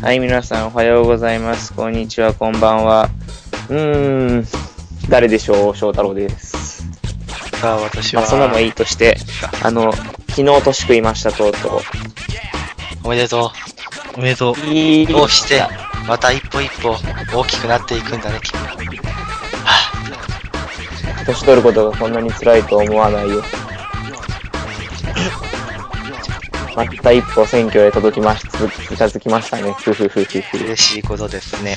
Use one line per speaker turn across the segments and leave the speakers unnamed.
はい、皆さんおはようございます。こんにちは、こんばんは。うーん、誰でしょう、翔太郎です。
さあ、私
ま
は、
あ、そんなのもいいとして、あの、昨日年食いました、とうと
おめでと。
おめでと
う。
う。
いいう
こうして、また一歩一歩大きくなっていくんだね、君は。
年取ることがこんなに辛いと思わないよ。また一歩選挙へ届きまし、続き近づきましたね。ふふふふふ。
嬉しいことですね。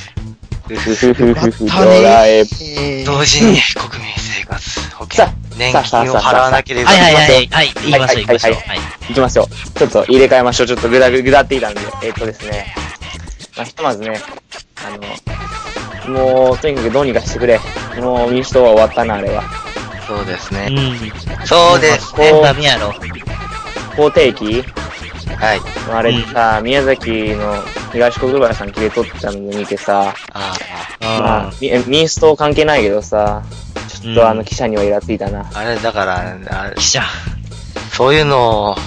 ふふふふふ。ド
たね
ラえもん
ー
同時に国民生活保険
さ、
年金を払わなければ
はいはい
な
は
りません。
い。はい、言いましょう、言いましょう。
はい
はい。
いきますよ。ちょっと入れ替えましょう。ちょっとぐだぐぐだっていたんで。えっ、とですね。まあ、ひとまずね、あの、もう、とにかくどうにかしてくれ。もう民主党は終わったな、あれは。
そうです
う
ね。
ん。
そうですね。
こうダメやろ。
法定期
はい。
あれさ、宮崎の東国原さん切れ取ったの見てさ、
あ
まあ
あ、
み民主党関係ないけどさ、ちょっ
うん
とあの記者にはイラついたな。
あ、あれ、だから、あ
あ。記者。
そういうのを、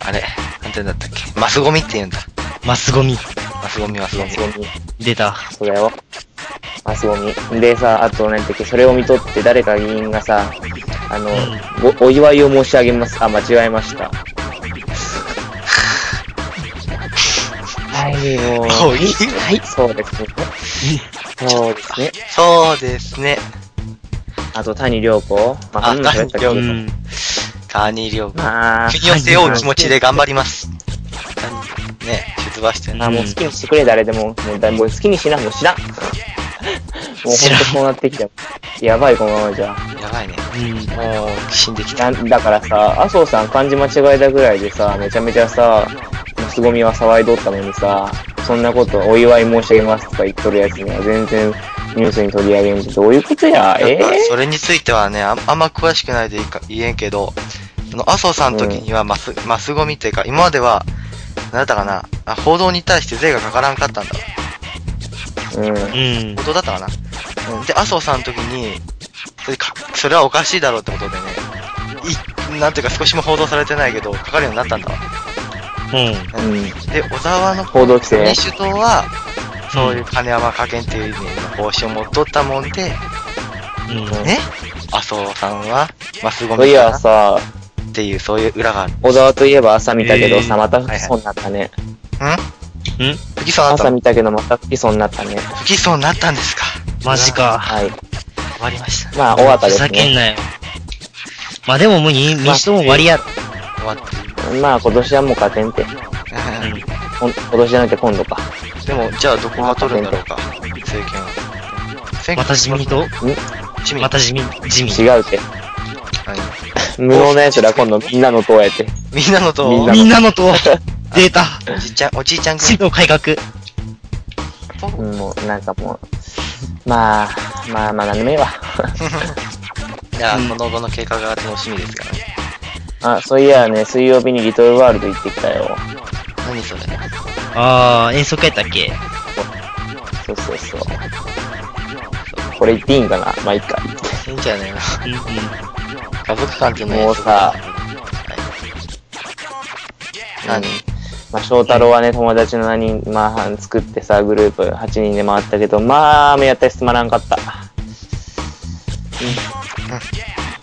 あれ、なんて言うんだったっけ。マスゴミって言うんだ。
マスゴミ。
マスゴミ、マスゴ
マ
ミ
ス。ゴミ。
出た。
そうだよ。マスゴミ。でさ、あと、なんてっけ、それを見とって誰か議員がさ、あの、ごお祝いを申し上げます。あ、間違えました。はい、もう。
もういい
はい、そうですね。そうですね。
そうですね。
あと、谷良子。まあ、
あ
そんなの喋ったっけ
う
う
谷
ど。
ん。
谷良子。
まあ、
国を背負う気持ちで頑張ります。ね、出馬してね。
あ、もう好きにしてくれ、誰でも。もうだもう好きにしな、もう知らん。もうほんと
知らん
そうなってきた。やばい、このままじゃ。
やばいね。
うん。
もう、死んできた。
なんだからさ、麻生さん漢字間違えたぐらいでさ、めちゃめちゃさ、凄みは騒いどったのにさ、そんなことお祝い申し上げますとか言っとるやつには全然ニュースに取り上げんとどういうことやえ
やっぱそれについてはね、あんあんま詳しくないでいいか言えんけど、その麻生さんの時にはマス、マスゴミっていうか、今までは、なんだったかな、あ報道に対して税がかからんかったんだ。
ぇ、うん、
うん。
報道だったかな。うん、で、麻生さんの時に、それか、それはおかしいだろうってことでね、い、なんていうか少しも報道されてないけど、かかるようになったんだわ。
うん。
うん。
で、小沢の
報道規制
民主党は、そういう金山加減っていう意味の方針を持っとったもんで、
うん。
ね、麻生さんは、マスゴ
そうい
ミ
や
かな
さ、
っていう、そういう裏がある。
小沢といえば朝見たけ
え
ど
ー
さ、また不起訴になったね。
不起訴になった
朝
の
見たけどまた不起訴になったね。
不起訴になったんですか。
マジか。
はい。
終わりました。
まあ、終わった
ふ
で
ざ
す
けん
ね。
なよ。まあでももうに民主党も終わりやろ。
終わった。
まあ、今年はもう勝てんて。
うん。
ほん今年じゃなくて今度か。
でも、じゃあどこが取るんだろうか、政権は。選
また自民党
自民
また自民、自民。
違うって。
はい
無能な奴ら今度みんなの党やって。
みんなのと、
みん
みんな の党。出た。
おじいちゃん、おじいちゃん
真
軍。
の改革。
うん、もう、なんかもう、まあ、まあまあ、なんでもいいわ。
いや、
うん
この後の経過が楽しみですからね。
あ、そういやね、水曜日にリトルワールド行ってきたよ。
何それ。
ああ、遠足やったっけ
そうそうそう。これ言っていいんかなまあ、いいか。
いいんじゃないの。
うんうん。
家族観っていうのは
もうさ
何
まあ、翔太郎はね、友達の何人、まあ、作ってさ、グループ8人で回ったけど、まあ、雨やったしつまらんかった。うん。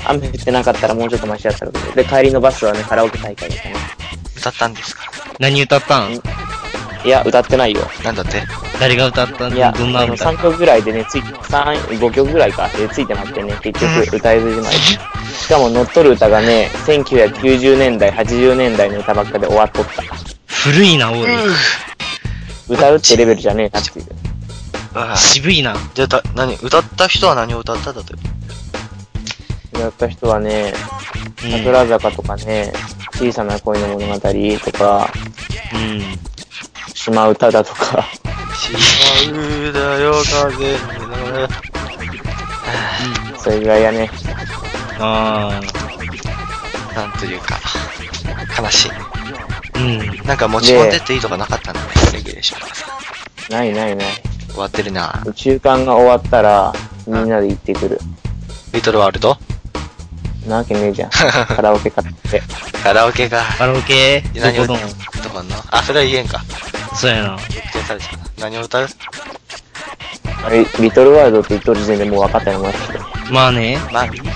雨降ってなかったらもうちょっとマシだったけど。で、帰りのバスはね、カラオケ大会でしたね。
歌ったんですか
何歌ったん
いや、歌ってないよ。
なんだって
誰が歌ったん
いや、
どんな
あの
歌
3曲ぐらいでね、つい、三5曲ぐらいか、でついてまってね、結局歌えずじまい。しかも乗っとる歌がね、1990年代、80年代の歌ばっかで終わっとった。
古いな、おい。
歌うってレベルじゃねえなっていう。
ああ
渋いな。
じゃあだ、何歌った人は何を歌ったんだって。
やった人はね、
うん。
桜坂とかね、小さな恋の物語とか、
うん。
島唄だとか、
しまうだよ、風。
それぐらいやね。
あ
なんというか、悲しい。
あ。うん。
なんか持ち込んでっていいとかなかったんだね、レギュレーションがさ。
ないないない。
終わってるな。
中間が終わったら、みんなで行ってくる。
リトルワールド
なわけねえ じゃん。カラオケ買って。
カラオケが、
カラオケど
何を
この
どこのあ、それは言えんか。
そうやな。
逆転されちゃった。何を歌う
あれ、リトルワールドって言っとる時点でもう分かったようになってきた。
まあね。
まあ、気に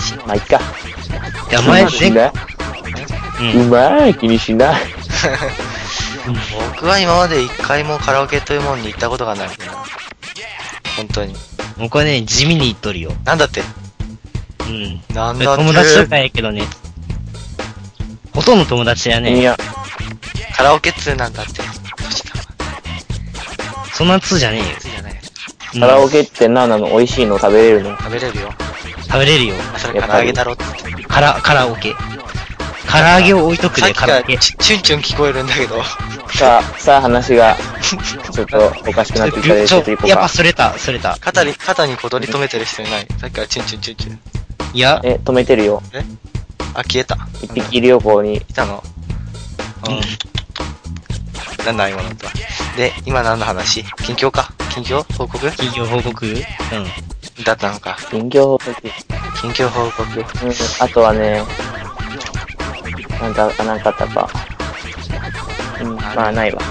しない。
まあ、いっか。
いや、
気
前
にし
ね。。
ないううんまい、気にしない。
僕は今まで一回もカラオケというもんに行ったことがない。本当に。
僕はね、地味に言っとるよ。
なんだって
うん。
なんだって
友達とかやけどね。ほとんど友達や
い
ね。
や、
カラオケ通なんだって。
そんな通じゃねえよ。
通じゃない。
うん
カラオケって何なの美味しいの食べれるの
食べれるよ。
食べれるよ。
あそれ唐揚げだろって。
カラ、カラオケ。唐揚げを置いとく
さっ
で、
き
カ
か
ラ
ら
オケ。
チチュンチュン聞こえるんだけど。
さあ、さあ話 が、ちょっとおかしくなってきたで、
ち
ち
ょ
ょ
っ
っと行
と
こう
やっぱ
か。
それた、それた。
肩に、肩にこう取り留めてる人いない。さっきからチュンチュンチュンチュン。
いや、
え、止めてるよ。
あ、消えた。
一匹旅行に。
いたの
う
うん。なんだ今のとは。で、今何の話近況か近況報告
企業報告うん。
だったのか。
勉強報告。
近況報告。
うん、あとはね、なんか、あなんかあったか。うん、まあ、ないわ。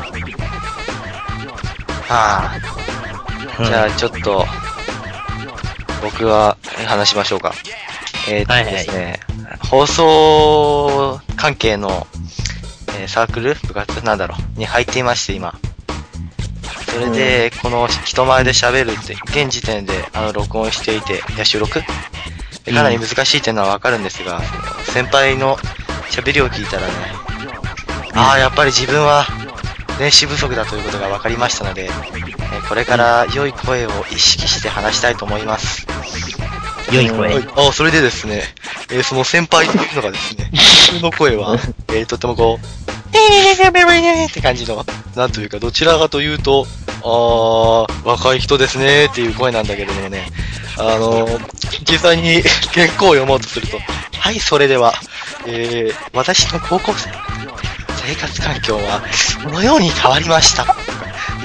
ああ、じゃあちょっと、僕は話しましょうか。えー、っ
はい
と
はい
ですね、放送関係の、えーサークル部活なんだろうに入っていまして、今。それで、この人前で喋るって、現時点で、あの、録音していて、いや、収録でかなり難しいっていうのはわかるんですが、その先輩の喋りを聞いたらね、ああ、やっぱり自分は練習不足だということが分かりましたので、えーこれから良い声を意識して話したいと思います。
良い声。
ああ、それでですね、えーその先輩というのがですね、普通の声は、えーとってもこう、って感じの、なんというか、どちらかというと、ああ、若い人ですねっていう声なんだけれどもね、あの実際に原稿を読もうとすると、はい、それでは、えー、私の高校生生活環境は、このように変わりました。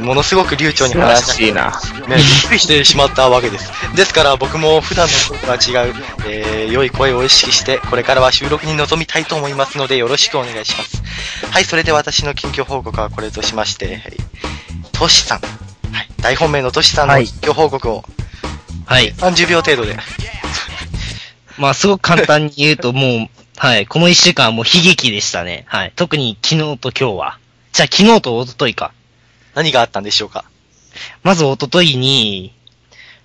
ものすごく流暢に話して
いな。
ね、びっくりしてしまったわけです。ですから僕も普段の声とは違う、えー、良い声を意識して、これからは収録に臨みたいと思いますので、よろしくお願いします。はい、それで私の近況報告はこれとしまして、はい、トシさん。はい、大本命のトシさんの
はい
近況報告を
はい。
30秒程度で。
まあ、すごく簡単に言うと、もう、はい。この一週間はもう悲劇でしたね。はい。特に昨日と今日は。じゃあ昨日と一昨日か。
何があったんでしょうか
まず一昨日に、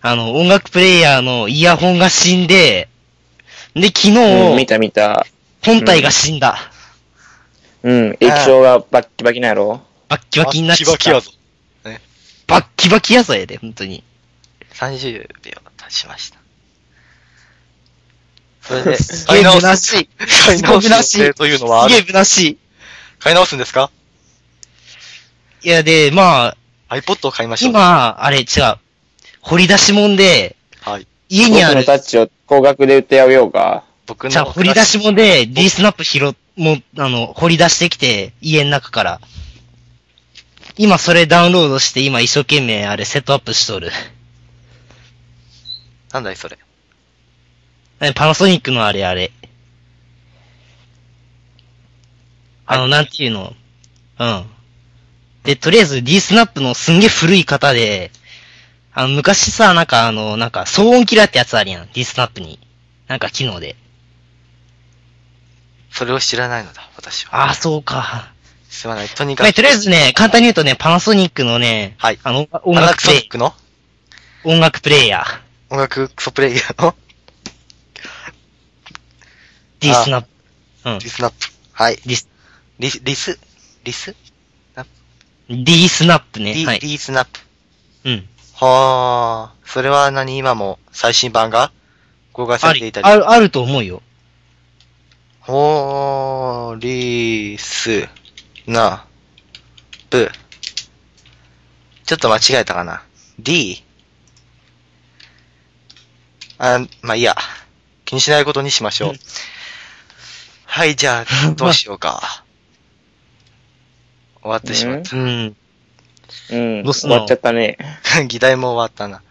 あの、音楽プレイヤーのイヤホンが死んで、で、昨
うん、見
日、
た見た。
本体が死んだ。
うん、液晶がバッキバキなんやろ
バッキバキになっちゃっ
バ
た。
キバキやぞ。
バッキバキやぞやで、本当に。
30秒経ちました。それで、
すげえ虚しい。
買い直す買い直す予定というのはあ
す
る
げえ虚しい。
買い直すんですか
いや、で、まあ、
?iPod を買いましょう。
今、あれ、違う。掘り出しもんで、
はい。
家
僕
にあ
の
る
タ、ッチを高額で売ってやめようか。
僕の。
じゃあ掘り出しもんで、D スナップ拾っ、もう、あの、掘り出してきて、家の中から。今、それダウンロードして、今、一生懸命、あれ、セットアップしとる。
なんだいそれ。
えパナソニックのあれ、あれ。あの、なんていうの。うん。で、とりあえず D スナップのすんげえ古い方で、あの、昔さ、なんかあの、なんか騒音キラーってやつあるやん。D スナップに。なんか機能で。
それを知らないのだ、私は。
ああ、そうか。
すまない。とにか
まあ、
く、
とりあえずね、簡単に言うとね、パナソニックのね、
はい
あの、音
パナ
楽プ
ソニ
レイ
ッ、クの
音楽プレイヤー。
音楽クソプレイヤーの
D スナップ。うん
リスナップ。はい。
リス
リス、リス、リス、。
D スナップね。
リ
はい。
リスナップ。
うん。
はー。それは何今も最新版が公開さ
あ
れてい
り
たり。
ある、あると思うよ。
ほー、リス、な、ぶ。ちょっと間違えたかな。D? あ、まあ、いいや。気にしないことにしましょう。はい、じゃあ、どうしよう か。終わってしまっ
うん。
うん、
どうすん
終
の
わっちゃったね。
た。 議題も終わったな。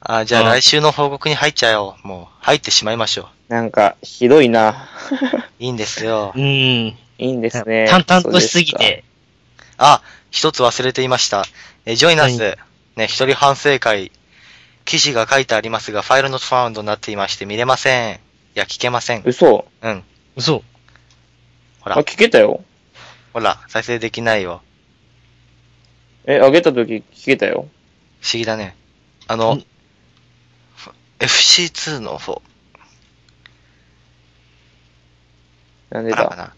あ、じゃあ
うん
来週の報告に入っちゃおう。もう、入ってしまいましょう。
なんか、ひどいな。
いいんですよ
う。ん。
いいんですね。
淡々としすぎて。
あ、一つ忘れていました。えージョイナス、ね、一人反省会、記事が書いてありますが、ファイルのファウンドになっていまして見れません。いや、聞けません。
嘘
うん。
嘘。
ほ
あ、
ら、
聞けたよ。
ほら、再生できないよ。
え、あげたとき聞けたよ。
不思議だね。あの
ん、
FC2 の方、
なんで
なの
だ
かな。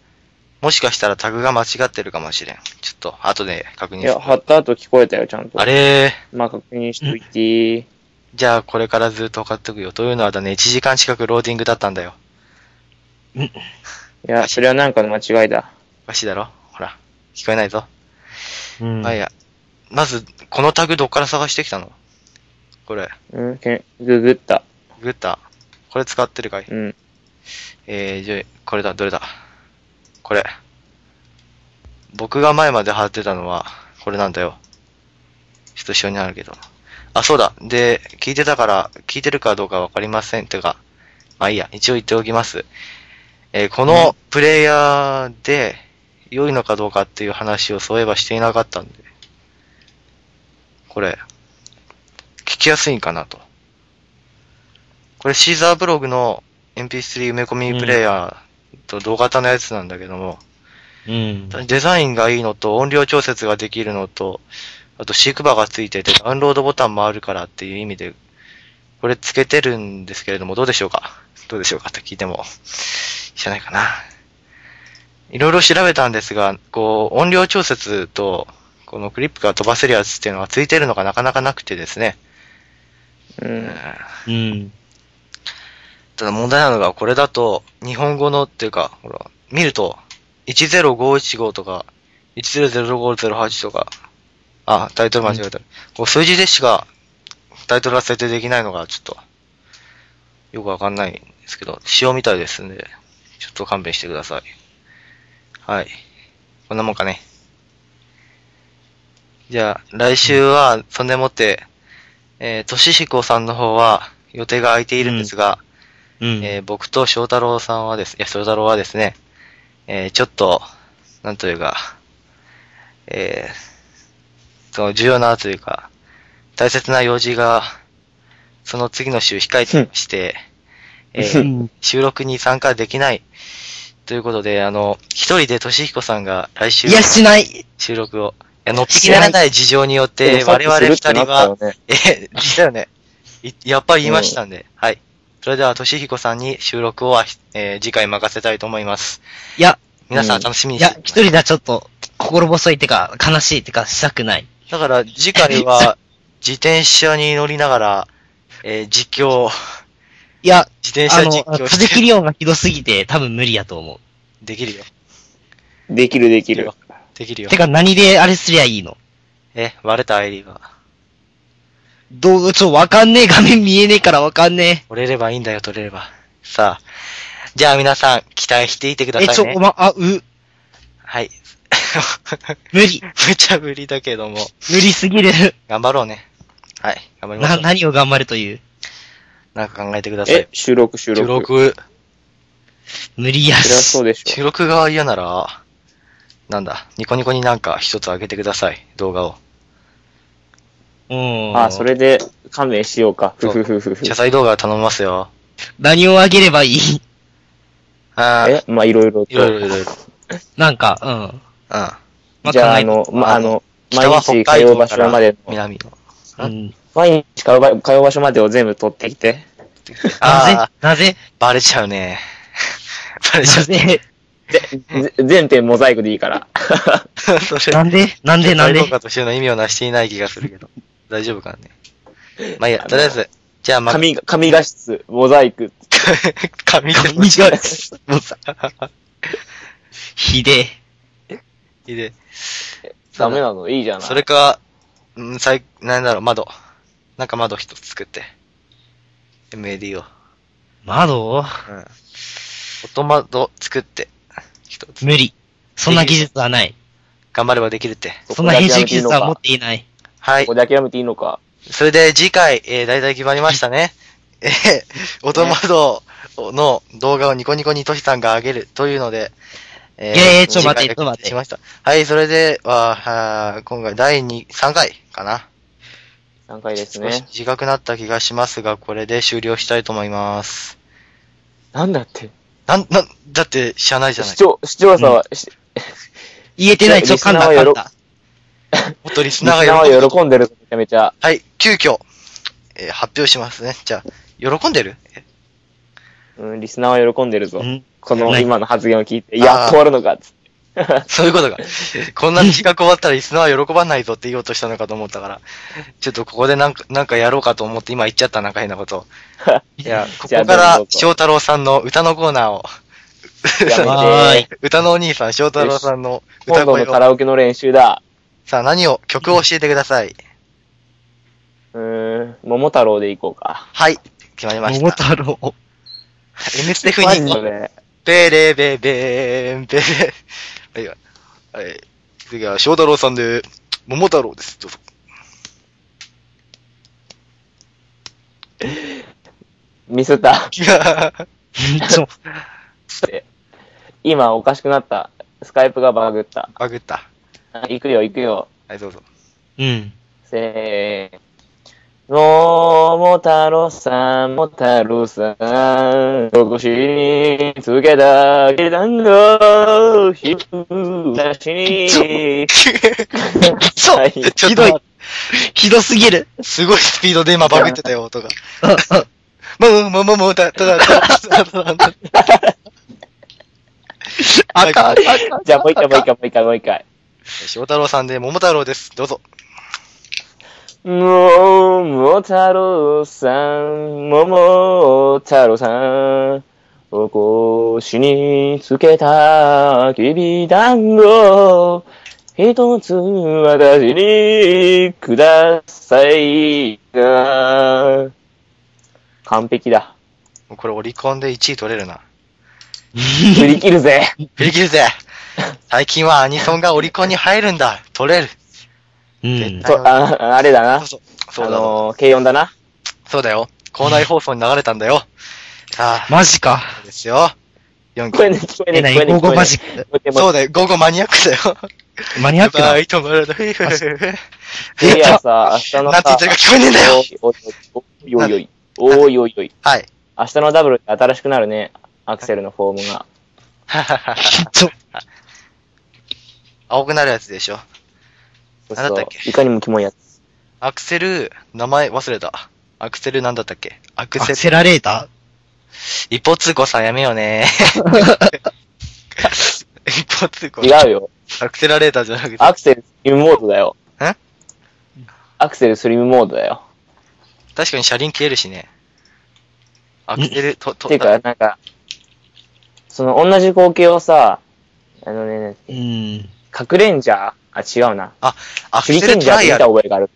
もしかしたらタグが間違ってるかもしれん。ちょっと、後で確認
い
する
や、。貼った後聞こえたよ、ちゃんと。
あれー、
まあ、確認しといて。
じゃあこれからずっと買っとくよ。というのはだね、1時間近くローディングだったんだよ。
いや、それはなんかの間違いだ。
おかしいだろほら、聞こえないぞ。
うん。
まあいいや。まず、このタグどっから探してきたのこれ、
うん、けググった。
グッタ。これ使ってるかい
うん。
えー、じゃあ、これだ、どれだこれ。僕が前まで貼ってたのは、これなんだよ。ちょっと一緒になるけど。あ、そうだ。で、聞いてたから、聞いてるかどうかわかりません。てか、まあいいや、一応言っておきます。えーこのプレイヤーで、良いのかどうかっていう話をそういえばしていなかったんで。これ、聞きやすいんかなと。これシーザーブログの MP3 埋め込みプレイヤーと同型のやつなんだけども、
うん。
デザインがいいのと音量調節ができるのと、あとシークバーがついててダウンロードボタンもあるからっていう意味で、これつけてるんですけれども、どうでしょうかどうでしょうかって聞いても、知らないかな。いろいろ調べたんですが、こう、音量調節と、このクリップが飛ばせるやつっていうのはついてるのがなかなかなくてですね。
うん。
うん。
ただ問題なのが、これだと、日本語のっていうか、ほら、見ると、10515とか、1000508とか、あ、タイトル間違えた。こう数字でしか、タイトルは設定できないのが、ちょっと、よくわかんないんですけど、仕様みたいですんで、ちょっと勘弁してください。はい。こんなもんかね。じゃあ、来週は、そんでもって、えー、とししこさんの方は、予定が空いているんですが、
うん。
えー僕と翔太郎さんはです、いや、翔太郎はですね、えーちょっと、なんというか、えーその重要なというか、大切な用事が、その次の週控えてまして、えー
うん
収録に参加できない、ということで、あの、一人でとしひこさんが来週
いや、しない
収録を、いや、乗ってきられない事情によって、我々二人は、
は、
え、だよね。いやっぱり言いましたんで。はい。それでは、としひこさんに収録をあし、えー次回任せたいと思います。
いや、
皆さん
うん
楽しみ
い
にし
や
て、
一人ではちょっと、心細いってか、悲しいってか、したくない。
だから、次回 は、自転車に乗りながら、えー実況、
いや、
自転
あ
車実
の、
況
風切
して、
り音がひどすぎて、多分無理やと思
できるよ。
できるできる。
できる
う。
よ
て。か、何であれすりゃいいの
え、割れたアイリーは、
どう、ちょ、わかんねえ。画面見えねえからわかんね
折れればいいんだよ、取れれば。さあ。じゃあ皆さん、期待していてくだ
え。え、ち
さ
ょ、
いね
お。ま、あ、う、
はい。
無理。
無茶ぶりだけども、
無理すぎる。
頑張ろうね。はい、頑張りましょ
な、
う。
何を頑張るという。
なんか考えてください
え。、収録収
収
録。
録。
無理や
そりゃそ
し
う。でし
収録が嫌なら、なんだ、ニコニコになんか一つ上げてください、動画を。
うん。
ょ。あ、そ。れで勘弁しようか。ふふふふふ。
謝罪動画頼みますよ。
何をあげればいい
あー
え、まあいろいろ
いろいろ
と。
いろいろ。
なんか、うん。
うん。
ま
じゃあ、
考
あ
えて
の、まああの、毎
北は
日
北
通
海
う
道
場
か
所
ら
までの、
南の。
うん。
毎日通う場通う場所までを全部取ってきて。
な
あ
ぜなぜ
ー、バレちゃうね。 バレ
な
ちゃうね。
ぜ
ぜ全編モザイクでいいから。
そ れ
なんでなんでなん
謝
で
罪動画としての意味をなしていない気がするけど。大丈夫かね。まあいいや、とりあえず、じゃあま、
紙、紙画質、モザイク。
髪で
髪が、 もうさ、ひでえ。
いいで。
ダメなのいいじゃない。
それか、うん、最、なんだろう、窓。なんか窓一つ作って。MAD を。
窓
うん。オットマド作って、一つ。
無理。そんな技術はない。
頑張ればできるって。
そ
そ
こ
んな
で
編
諦
集
めてい
技
いの
術
か
は持っていない。
は
こ
い
こ。で諦めていいのか。
それで次回、えー、大体決まりましたね。えー、オトマドの動画をニコニコにトシさんが上げるというので、え
いやいやちょっと待って
時間が来しました。はい、それでは、あー今回第2、3回かな。
3回です
少し
ね。
短くなった気がしますが、これで終了したいと思います。
なんだって。
なん、なん、だって、知らないじゃない
視。聴、視聴者は、し
言えてない、ちょ、
リスナ
噛
ーは
んだ、噛ん
よろ
だ。
もっとリ
リ
ス
スナ
ナーが喜
ー
ぶ
は喜んでるめちゃめちゃ。
はい、急遽、えー発表しますね。じゃあ、喜んでるえ
うん、リスナーは喜んでるぞ
う。ん
この
ない
今の発言を聞いて、
あ
い
ー
や、終わるのかっつって。
そういうことが。こんな時間終わったらリスナーは喜ばないぞって言おうとしたのかと思ったから、ちょっとここでなんか、なんかやろうかと思って今言っちゃったなんか変な こと。いや、ここ
じゃ
か
あ
ら
どうぞ
翔太郎さんの歌のコーナーを、
や
はーい。
歌のお兄さん翔太郎さんの
今
歌
度
声
の
を
カ、ラオケの練習だ。
さあ何を、曲を教えてください。
うーん、桃太郎で行こう か。
はい、決まりまし
桃
た。
太 郎。
M ステフ
マ
に
ジ、で。
ベレベベーン、ベレ。はい、はい。次は翔太郎さんで、桃太郎です。どうぞ。
ミスった。
ちょ、
今おかしくなった。スカイプがバグった。
バグった。
行くよ、行くよ。
はい、どうぞ。
うん。
せーの。桃太郎さん、桃太郎さん、お腰につけた下段が、ひぶだしに。
そう、
はい
ちょっ
ひどい
と、。
ひどすぎる。
すごいスピードで今バグってたよ、音が。 もう、もう、もう、もう、た、ただ、ただ、ただ、ただ、
あかん、あかん。
じゃあもう一回、もう一回、もう一回、もう一回。
翔太郎さんで、桃太郎です。どうぞ。
桃太郎さん、桃太郎さん、お腰につけたきびだんご、一つ私にくださいが。完璧だ。
もうこれオリコンで1位取れるな。
振り切る ぜ。
振り切るぜ最近はアニソンがオリコンに入るんだ取れる
うん。
そうああれだな。
そうそう。
あ
そうだよ。
の、軽音だな。
そうだよ。校内放送に流れたんだよ。さあ、
マジか。
そうですよ。4
聞こ
曲。
えない、聞こえな、
え、ないに
聞こえない。
午後マジ
聞
ッ
こ
ク。
えない
そうだよ。午後マニアックだよ。
マニアックな
バ。イトもらうだ。や
いやさ、明日の
なんて
さ
言ってるか聞こえねえんだよ
おいおいおいおいおいおいおいおいおい。
はい。
明日のダブルって新しくなるね。アクセルのフォームが。
ちょ、
青くなるやつでしょ。
そう
なんだ
そ
ったっ
う。いかにもキモいやつ。
アクセル、名前忘れた。アクセルなんだったっけアク
アク
セル。
セラレータ
一方通行さんやめよう ね。一方通行。
違うよ。
アクセラレーターじゃなくて。
アクセルスリムモードだよ。
え
アクセルスリムモードだよ。
確かに車輪消えるしね。アクセル、と、と、
ていうか、なんか、その同じ光景をさ、あのね、
ーうん。
かくれんじゃーあ、違うな。
あ、アク
手裏
セル
剣
ト
じゃーっ
ラ
て
イ
見
ア
た
ル。
覚えがある。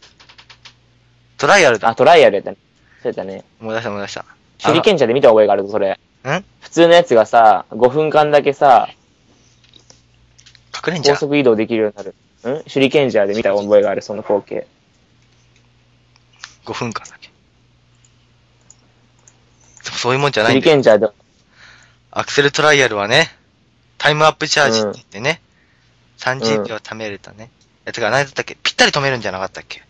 トライアルだ。
あ、トライアルやったね。そうやったね。
思い出した思い出した。
手裏剣じゃーで見た覚えがあるぞ、それ。
あのん
普通のやつがさ、5分間だけさ、
隠れんじゃ
高
ん。
速移動できるようになる。ん手裏剣じゃーで見た覚えがある、その光景。
5分間だけ。そそういうもんじゃ
手
ないん
裏
だよ。
剣じゃーで
アクセルトライアルはね、タイムアップチャージって言ってね、30秒貯めれたね。いや、てか何だったっけぴったり止めるんじゃなかったっけ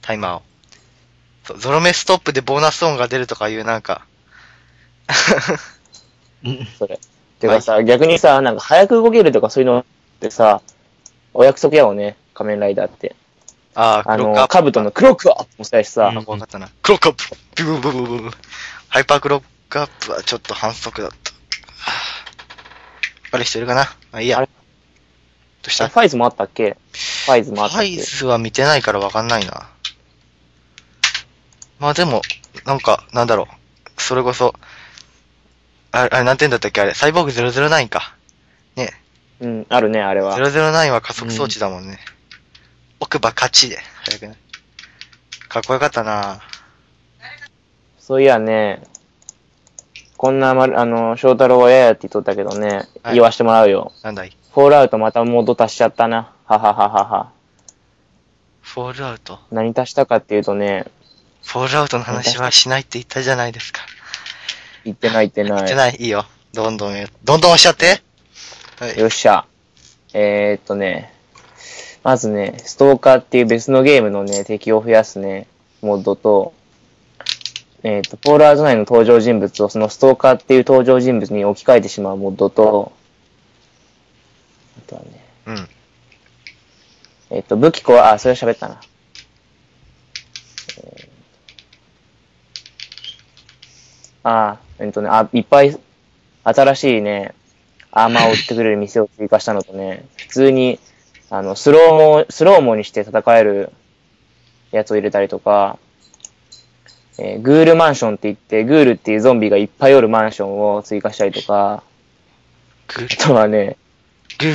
タイマーを。そう、ゾロ目ストップでボーナス音が出るとかいうなんか。
うん
それ。てかさ、逆にさ、なんか早く動けるとかそういうのってさ、お約束やもんね、仮面ライダーって。
ああ、
あ
クロッ
の
クアッ、プ。
カブトのクロックアップもそうやしさ、
うん
分かったな。クロックアップビューブブブブブハイパークロックアップはちょっと反則だった。あれしてるかなあ、いいや。
あ
ど
れ
うし
フ
たフ
ァイズもあったっけファイズもあったっ
ァ
け
イズは見てないからわかんないな。まあでも、なんか、なんだろう。それこそ、あれ、あれ何点だったっけあれ、サイボーグ009か。ね。
うん、あるね、あれは。
009は加速装置だもんね。奥歯勝ちで。早くないかっこよかったな
そういやね、こんな、まる、あの、翔太郎はややって言っとったけどね、
はい
言わしてもらうよ。
なんだい
フォールアウトまたモード足しちゃったな。ははははは。
フォールアウト。
何足したかっていうとね、
フォールアウトの話はしないって言ったじゃないですか。
言ってない言って
言
な
っ
い。
てない、いいよ。どんどんや、どんどん押しちゃって。はい。
よっしゃ。えー、っとね、まずね、ストーカーっていう別のゲームのね、敵を増やすね、モッドと、えーっと、ポーラーズ内の登場人物をそのストーカーっていう登場人物に置き換えてしまうモッドと、あとはね、
うん。
えっ、と、武器庫は、あ、それは喋ったな。えーあー、えっ、とね、あ、いっぱい、新しいね、アーマーを売ってくれる店を追加したのとね、普通に、あの、スローモ、スローモにして戦えるやつを入れたりとか、えーグールマンションって言って、グールっていうゾンビがいっぱいおるマンションを追加したりとか、
グ
あとはね、
グー。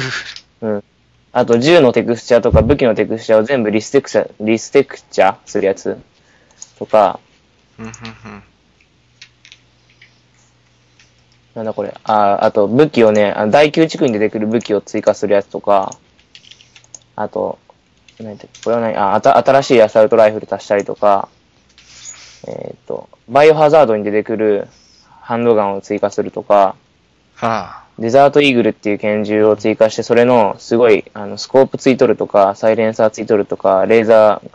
うん。あと、銃のテクスチャとか武器のテクスチャを全部リステクチャ、リステクチャするやつとか、
うんうんうん。
なんだこれ。あ、あと、武器をね、あの第9地区に出てくる武器を追加するやつとか、あと、なんて、これはない、あ、あた新しいアサルトライフル足したりとか、えーっ、と、バイオハザードに出てくるハンドガンを追加するとか、
は
デザートイーグルっていう拳銃を追加して、それのすごい、あの、スコープついとるとか、サイレンサーついとるとか、レーザー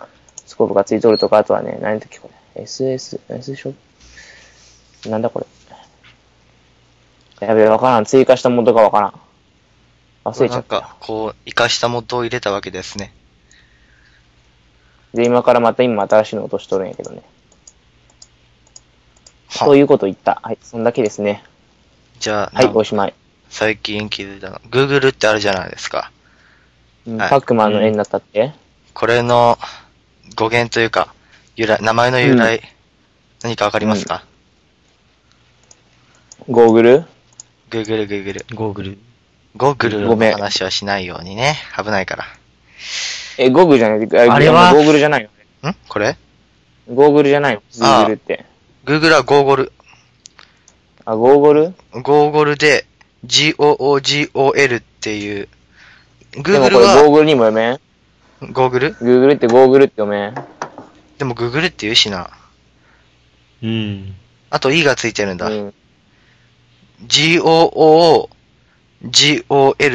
スコープがついとるとか、あとはね、何だっけこれ。SS、S ショップなんだこれ。やべえ、わからん。追加したものとかわからん。
あ。
忘れちゃ
な
っ
ん
た。
か、こう、生かした元を入れたわけですね。
で、今からまた今新しいの落としとるんやけどね。
は
ということ言った。はい、そんだけですね。
じゃあ、
はい、
なん
おしまい。
最近気づいたの。Google ってあるじゃないですか。
うん
はい
パックマンの絵になったって、
これの語源というか、由来、名前の由来、何かわかりますか、
ゴーグル
?Google、Google。
ゴーグル。
Google
ごめ
の
ん
話はしないようにね。危ないか
え、ゴーグルじゃない
あれは
ゴーグルじゃないの
ら。んこれ
ゴーグルじゃないのズーグルって。
?Google はゴーゴル。
あ、ゴーゴル
ゴーゴルで、GOOGOL っていう、
でもこ
Google
れゴー
は、
グルにも読めん
ゴーグル
グーグルってゴーグルって読めん
でも Google って言うしな。
うん。
あと E がついてるんだ。
うん。
GOOGOL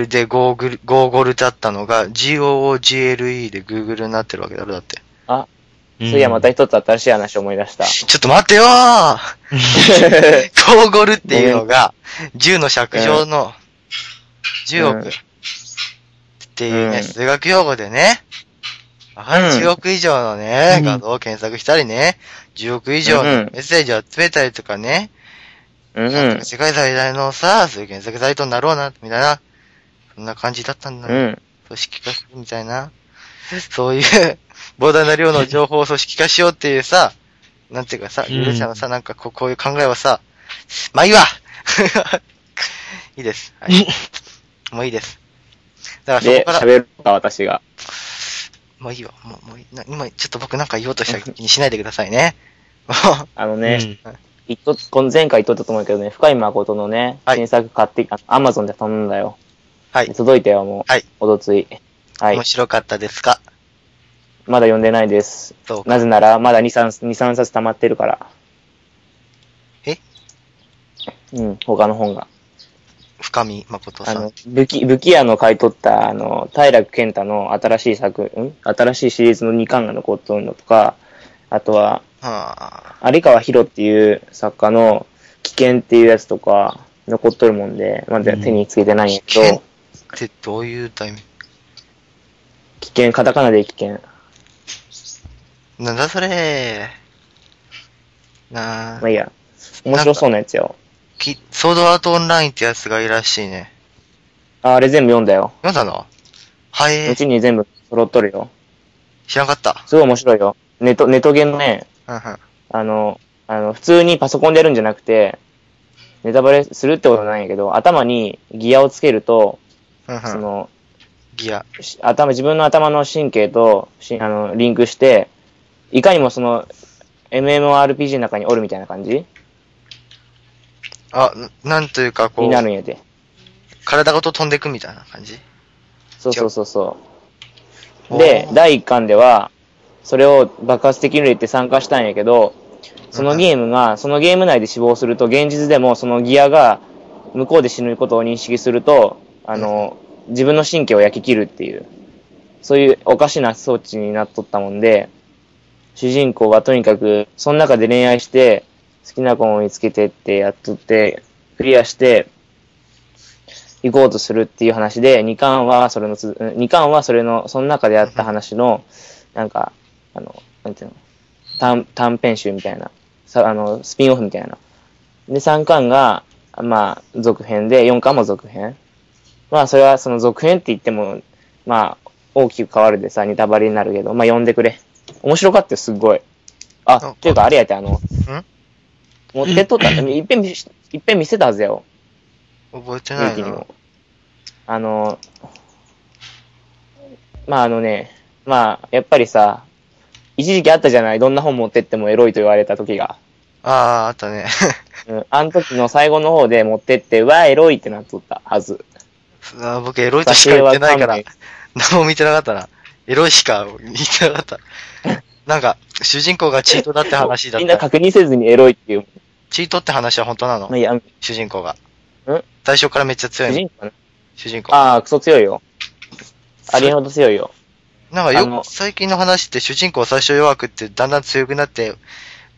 でゴーグル、ゴーゴルだったのが、GOOGLE で Google になってるわけだろ、だって。
あ、そういやまた一つ新しい話を思い出した。
ちょっと待ってよーゴーゴルっていうのが、銃の借用の、10
うん
億っていう
う
ね、
ん
数学用語でね、わかる
うん
10億以上のね
う、ん
画像を検索したりね、10億以上の
うん
メッセージを集めたりとかね、
うんう
なん
ん
か。世界最大のさ、そういう検索サイトになろうな、みたいな、そんな感じだったんだ
う
ね。
ん。
組織化するみたいな、そういう 膨大な量の情報を組織化しようっていうさ、なんていうかさ、
うん
ゆるちゃんのさ、なんかこうこういう考えはさ、まあいいわ いいです。はい、もういいです。だからそ
で、
こから、
喋った私が。
もういいよ。もう、もういいな今、ちょっと僕なんか言おうとした気にしないでくださいね。 もう
あの
ね
ね、一つ、この前回言っとったと思うけどね、深井誠のね、
はい
新作買って、アマゾンで頼んだよ。
はい
で届いたよ、もう。
はい。
おとつい。はい
面。白かったですか
まだ読んでないです。
どうか。
なぜなら、まだ2、3、2、3冊溜まってるから。
え
うん、他の本が。
深見誠
あ
さん
の。、武器、武器屋の買い取った、あの、平良健太の新しい作、ん新しいシリーズの2巻が残っとるのとか、あとは、
はあ、
有川博っていう作家の危険っていうやつとか、残っとるもんで、まだ
うん
手につけてないんやけど、
危険ってどういうタイミン
危険、カタカナで危険。
グなんだそれなあ
まあいいや。面白そうなやつよ。
き、ソードアートオンラインってやつがいいらしいね。
ああれ全部読んだよ。
読んだのは
う
い、
ちに全部揃っとるよ。
知らなかった。
すごい面白いよ。ネット、ネットゲーのね、
うんうん。
あの、あの、普通にパソコンでやるんじゃなくて、ネタバレするってことはないんやけど、頭にギアをつけると、
うん
そ
うん。
の、
ギア。
し頭、自分の頭の神経としあのリンクして、いかにもその、MMORPG の中におるみたいな感じ
あ、ななんというかこ
になる
う、
んやで。
体ごと飛んでくみたいな感じ
そうそうそうそう。
おー
で、第1巻では、それを爆発的に入れて参加したんやけど、そのゲームが、そのゲーム内で死亡すると、現実でもそのギアが向こうで死ぬことを認識すると、あの、自分の神経を焼き切るっていう、そういうおかしな装置になっとったもんで、主人公はとにかく、その中で恋愛して、好きな子を見つけてってやっとって、クリアして、行こうとするっていう話で、2巻はそれのつ、2巻はそれの、その中であった話の、なんか、あの、なんていうの、短短編集みたいな、さあの、スピンオフみたいな。で、3巻が、まあ、続編で、4巻も続編。まあ、それはその続編って言っても、まあ、大きく変わるでさ、ネタバレになるけど、まあ、読んでくれ。面白かったよ、すっごい。あ、
あ
っていうか、あれやって、あの、持ってっとった。 いっぺん見し、いっぺん見せたはずやよ。
覚えて
勇
な
気
い
に
な
も。。あの、まああのね、まあやっぱりさ、一時期あったじゃない、どんな本持ってってもエロいと言われた時が。
ああ、あったね。
うん、あの時の最後の方で持ってって、うわ、エロいってなっとったはず。
あ僕、エロいとしか言ってないから
私は、
何も見てなかったな。エロいしか見てなかった。なんか、主人公がチートだって話だ
み
っ
んな
た。
確認せずにエロいっていう。
チートって話は本当なの
まあ、いや、
主人公が
ん。
最初からめっちゃ強
主
いの。
人公ね
主人公。
ああ、クソ強いよ。ありほど強いよ。
なんか
あ
よ
の
く、最近の話って主人公最初弱くってだんだん強くなって、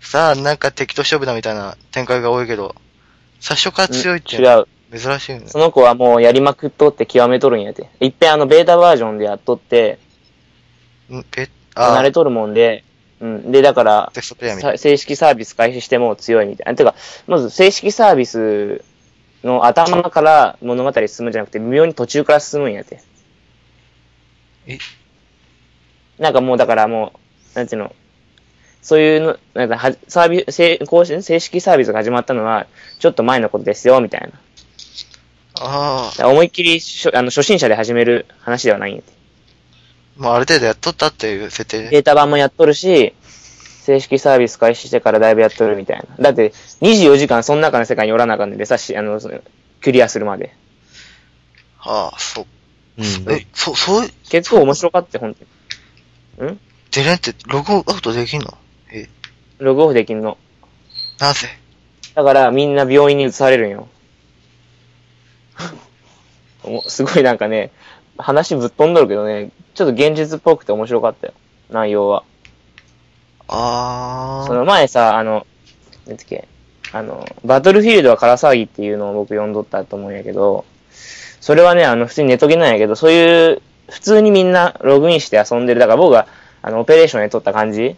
さあなんか敵と勝負だみたいな展開が多いけど、最初から強いって
うん違う。
珍しいよね。
その子はもうやりまくっとって極めとるんやて。いっぺんあのベータバージョンでやっとって、
うん、え、あ
慣
あ
れ、とるもんで、うん。で、だから、
テストプレイヤーみたい
さ正式サービス開始しても強いみたいな。てか、まず正式サービスの頭から物語進むんじゃなくて、微妙に途中から進むんやて。
え
なんかもうだからもう、なんていうの、そういうの、なんかはサービス、正更新正式サービスが始まったのは、ちょっと前のことですよ、みたいな。だ
な。ああ、
から思いっきりしょあの初心者で始める話ではないんやて。
もうある程度やっとったっていう設定で。
データ版もやっとるし、正式サービス開始してからだいぶやっとるみたいな。だって、24時間その中の世界におらなあかんねんでさ、しあの、そのクリアするまで。
ああ、そう。
うん。
え、そう、そう、
結構面白かったよ、ほんとに。ん
デレンってログアウトできんのえ、
ログオフできんの。
なぜ
だから、みんな病院に移されるんよ。 おすごいなんかね、話ぶっ飛んどるけどね、ちょっと現実っぽくて面白かったよ。内容は。
あ
そ
あ、
の前さ、あの、なんつっけ、あの、バトルフィールドは空騒ぎっていうのを僕読んどったと思うんやけど、それはね、あの、普通にネトゲなんやけど、そういう、普通にみんなログインして遊んでる。だから僕が、あの、オペレーションで撮った感じ、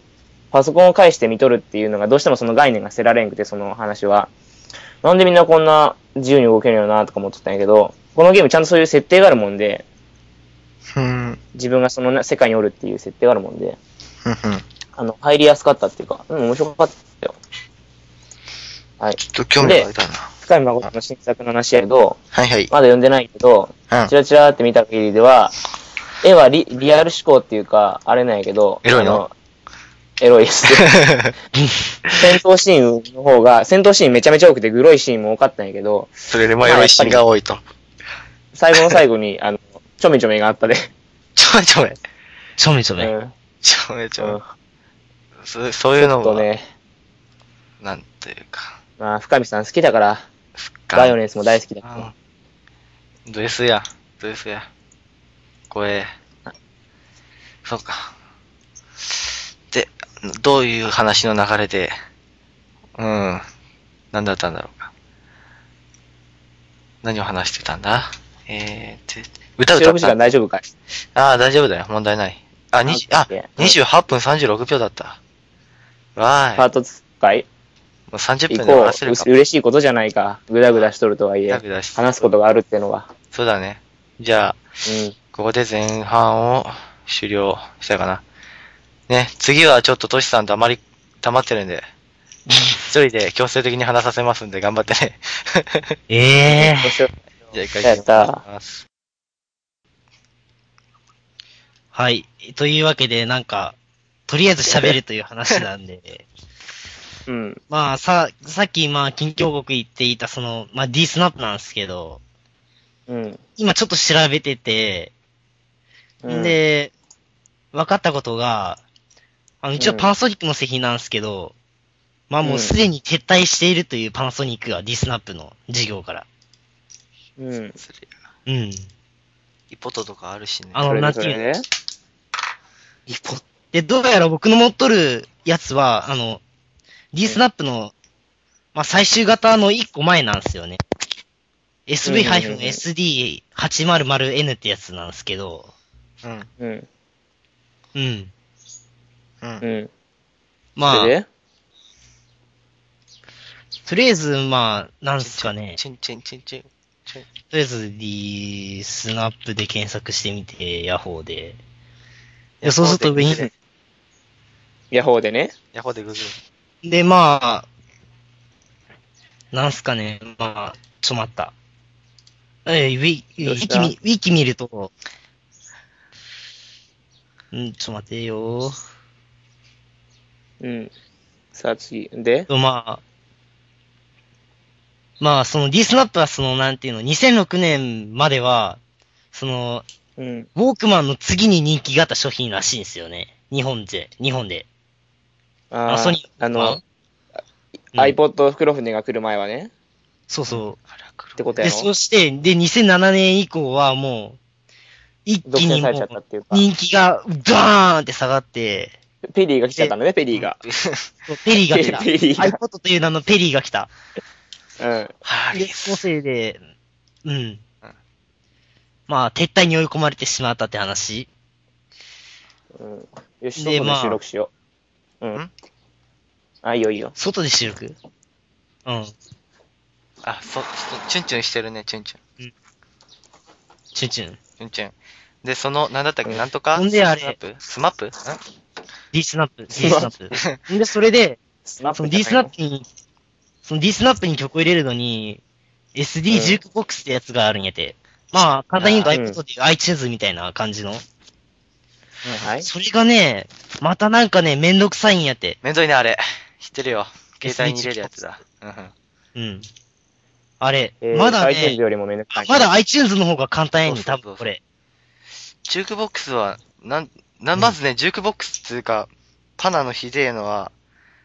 パソコンを介して見とるっていうのが、どうしてもその概念が捨てられんくて、その話は。なんでみんなこんな自由に動けるよなとか思っとったんやけど、このゲームちゃんとそういう設定があるもんで、
うん、
自分がそのな世界におるっていう設定があるもんで、
ふんふん。
あの、入りやすかったっていうか、うん、面白かったよ。はい。
ちょっと興味が湧いたな。
深見誠の新作の話やけど、
はいはい。
まだ読んでないけど、
うん
チ。ラチラって見た限りでは、絵はリリアル思考っていうか、あれなんやけど、
エロいの
あエロい です。戦闘シーンの方が、戦闘シーンめちゃめちゃ多くて、グロいシーンも多かったんやけど、
それでもエロいシーンが多いと。
最後の最後に、あの、ちょめちょめがあったで。
ちょめちょめ。
ちょめちょ
う
め。
ん。
ちょめち
う
ょ
ん
め。そそういうの
と
も、
ね、
なんていうか、
まあ、深見さん好きだから、
復活。
バイオレンスも大好きだから。
うん。ド S や、ド S や。怖え。そうか。で、どういう話の流れで、うん、なんだったんだろうか。何を話してたんだえー、て、歌
収
歌っ
録時
た
間。大丈夫かい
ああ、大丈夫だよ。問題ない。あ、にじあ、28分36秒だった。わ
パ
ーい。
ート2かい
もう30
以
分で終わら
降、
せる
う
か
す。嬉しいことじゃないか。ぐだぐだしとるとはい
ぐだ
え
ぐだし、
話すことがあるってのは。
そうだね。じゃあ、
うん。
ここで前半を終了したかな。ね、次はちょっとトシさん黙り、黙ってるんで、一人で強制的に話させますんで頑張ってね。
ええ
面白い
じゃあ一回
やった
切ります
はい。というわけで、なんか、とりあえず喋るという話なん で、
うん。
まあ、さ、さっき、まあ、近況国行っていた、その、まあ、D スナップなんですけど、
うん。
今ちょっと調べてて、
うん、
で、分かったことが、あの、一応
うん
パナソニックの製品なんですけど、まあもうすでに撤退しているというパナソニックが D スナップの事業から。
うん。
それ
うん。
イポトとかあるしね。
あ
そ
の、
れ
な
で
ん
そ
てい
れ
うの
で
リポで、どうやら僕の持っとるやつは、あの、D スナップの、まあ、最終型の1個前なんですよね。SV-SD800N ってやつなんですけど、
うん。
うん。
うん。
うん
う。ん。
ま
そ
あ
れ、で
とりあえず、まあ、なんですかね。
チンチンチンチン。チン
とりあえず D スナップで検索してみて、ヤホーで。でそうすると上に、
ヤホーでね。
ヤホーでググる。
で、まあ、なんすかね、まあ、ちょっと待った。えーウィ、ウ
どう
ィ
した
キ見、ウィキ見ると、んちょっと待てよ。
うん。さあ次。で
と、まあ、まあ、その D スナップはその、なんていうの、2006年までは、その、
うん。
ウォークマンの次に人気があった商品らしいんですよね。日本で、日本で。
あ
あソニ
ー
ー
あの、
うん
iPod 袋船が来る前はね。
そうそう。
ってことや
で、
ろ
そして、で、2007年以降はもう、一
独
気
占
に
さ
も
れちゃったっ
う
ていうか。
人気がガーンって下がって、
ペリーが来ちゃったのね、ペリー が。
そうペリーが来た。
ペリーが
iPod という名のペリーが来た。
うん。
ハ
で、
リス。
個性で、うん
うん。
まあ、撤退に追い込まれてしまったって話。
うん。よし、
で
外
ま
で
あ
収録しよう。うんん。あ、いいよいいよ。
外で収録うん。
あ、そ、そチュンチュンしてるね、チュンチュン。
チュンチュン。
チュンチュン。で、その、なんだったっけ、
うん
なんとか
ほんであれ
スマップスマップん
D スナップ、D スナッ プ。で、それで、
スナッ
そ
プ
の
じゃ
D
ない
スナップに、その D スナップに曲を入れるのに、SD ジュークボックスってやつがあるんやて。まあ、簡単に言うと iPod で iTunes みたいな感じの。
うんはい。
それがね、またなんかね、めんどくさいんやて。
めんどいね、あれ。知ってるよ。携帯に
SD
入れるやつだ。うんうん。
うん。あれ、
えー
まだ
iTunes
ね、
よりもめんどくさい。
まだ iTunes の方が簡単やねん、
そうそ
多
うそう
分これ。
ジュークボックスは、なん、な、まずね、ジュークボックスっていうか、パナのひでえのは、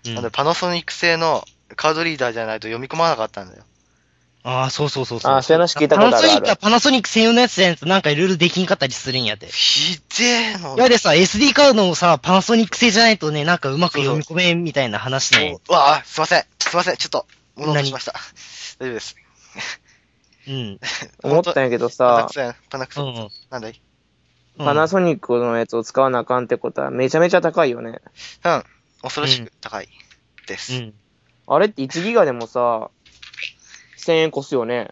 うん
なんだパナソニック製のカードリーダーじゃないと読み込まなかったんだよ。
ああ、そうそうそうそう。
あ、そういう話聞いた
パ
こと
ナ
あ
ソ
る
ニ
あ
ックは
る。
パナソニック専用のやつじゃないとなんかいろいろできんかったりするんやて。
ひでえの。
いやでさ、SD カードもさ、パナソニック製じゃないとね、なんかうまく読み込めんみたいな話ね。
うわあ、すいません。すいません。ちょっと、物落としました。大丈夫です。
うん。
思ったんやけど
パナ
さ
ク、ソやん。パナク
う
ソ。
ん。
なんだい
うん
パナソニックのやつを使わなあかんってことはめちゃめちゃ高いよね。
うん。恐ろし
うん
く高い。です。
うん。
あれって1ギガでもさ、1000円越すよね。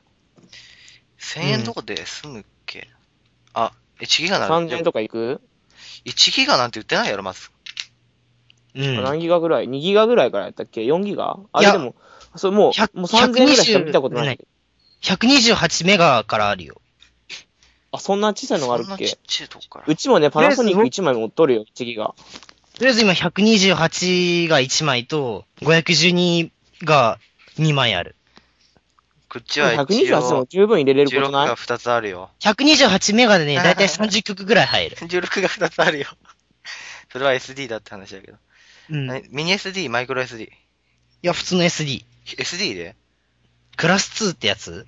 1000円どこで済むっけ、あ、1ギガなん
3000円とかいく、
1ギガなんて売ってないやろ、まず。
うん。
何ギガぐらい ?2 ギガぐらいからやったっけ ?4 ギガあ
い
れ
や
でも、そう、も
100
う、もう3000円ぐらいしか見たことな
ないい。128メガからあるよ。
あ、そんな小さいのがある
そん
っ
なちっ
け
ちゃいとこから。
うちもね、パナソニック1枚持っとるよ、1ギガ。
とりあえず今128が1枚と、512が2枚ある。
こっちは一
128でも
応、
十分入れれるこ
16
とない
が2つあるよ。
128メガでね、だいたい30曲ぐらい入る。
16が2つあるよ。 それは SD だって話だけど。
うん。
え
い
ミニ SD、マイクロ SD。
や、普通の SD。
SD で
クラス2ってやつ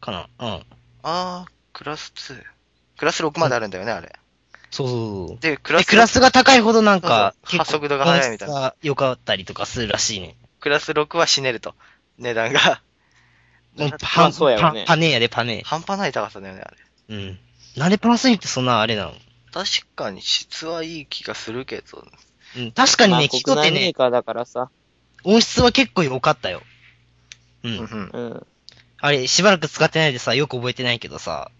かな。うん。
あー、クラス2。クラス6まであるんだよね、あれ。
そうそうそう。
で、クラ
で、
ス、
クラスが高いほどなんか、
そうそう
結構
速度が速いみたいな
音質が良かったりとかするらしいね。
クラス6は死ねると。値段が。
もう
ま
パ
あ
ン、
そうや
パ
ろ
ン
ね、
パネやで、パネ。
半端ない高さだよね、あれ。
うん。なんでパナソニックってそんなあれなの
確かに質はいい気がするけど。
うん。確かに
まあ
ね、聞
国
き取って
内メ
ね
ー、カーだからさ。
音質は結構良かったよ。う。
うんん。
うん。
あれ、しばらく使ってないでさ、よく覚えてないけどさ。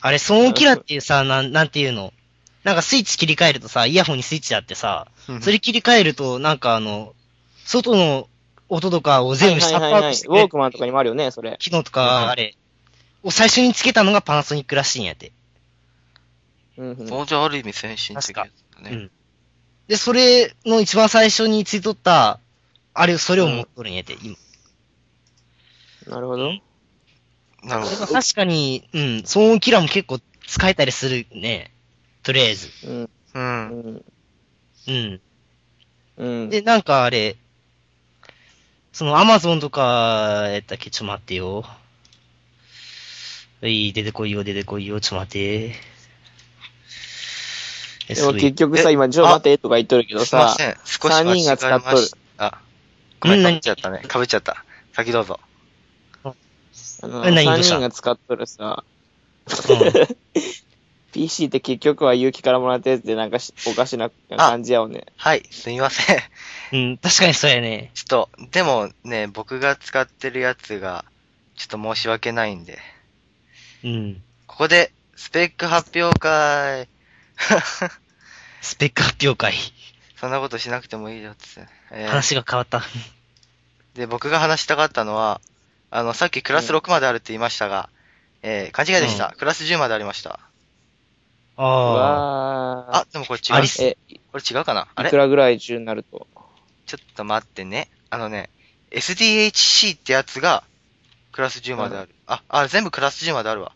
あれ、騒音キラーっていうさ、なん、なんていうの。なんかスイッチ切り替えるとさ、イヤホンにスイッチあってさ、
うん
それ切り替えると、なんかあの、外の音とかを全部シ
は
ャッ
い
ト
はい
ア
はいは
ウト
い
して
ウォークマンとかにもあるよね、それ。
機能と
うんうん
か、あれ、を最初につけたのがパナソニックらしいんやて。
うんうん。
もうじゃあある意味先進的だね。
うんで、それの一番最初についとった、あれ、それを持っとるんやて、今。
なるほど。
なるほど。
確かに、うん、騒音キラーも結構使えたりするね。とりあえず。
うん。
う。
うんん。
うん。
うん。
で、なんかあれ、そのアマゾンとか、やったっけ、ちょっと待ってよ。うい、出てこいよ、出てこいよ、ちょっと待て。
でも結
SV。
局さ、
え
今、ちょ、
あ
待てとか言っとるけど
すいま
さ
せん。、少し
3
間違
人が使
え
っ
ま
とる
し。た。ごめん、
うん
か
何
ぶっちゃったね。かぶっちゃった。先どうぞ。
あの、
え何ど
3
うした
人が使っとるさ、
うん
PC って結局は勇気からもらったやつでなんかしおかしな感じやもんね。
はい、すみません。
うん、確かにそうやね。
ちょっと、でもね、僕が使ってるやつが、ちょっと申し訳ないんで。
うん。
ここで、スペック発表会。
スペック発表会。
そんなことしなくてもいいよっつって、えー
話が変わった。
で、僕が話したかったのは、あの、さっきクラス6まであるって言いましたが、えー勘違いでした、クラス10までありました。
う
ああ。
わー
あ、でもこれ違
あ
う
り。す
え、
これ違うかなあ
い
れ
くらぐらい中になると。
ちょっと待ってね。あのね、SDHC ってやつが、クラス10まである。あ、あ、全部クラス10まであるわ。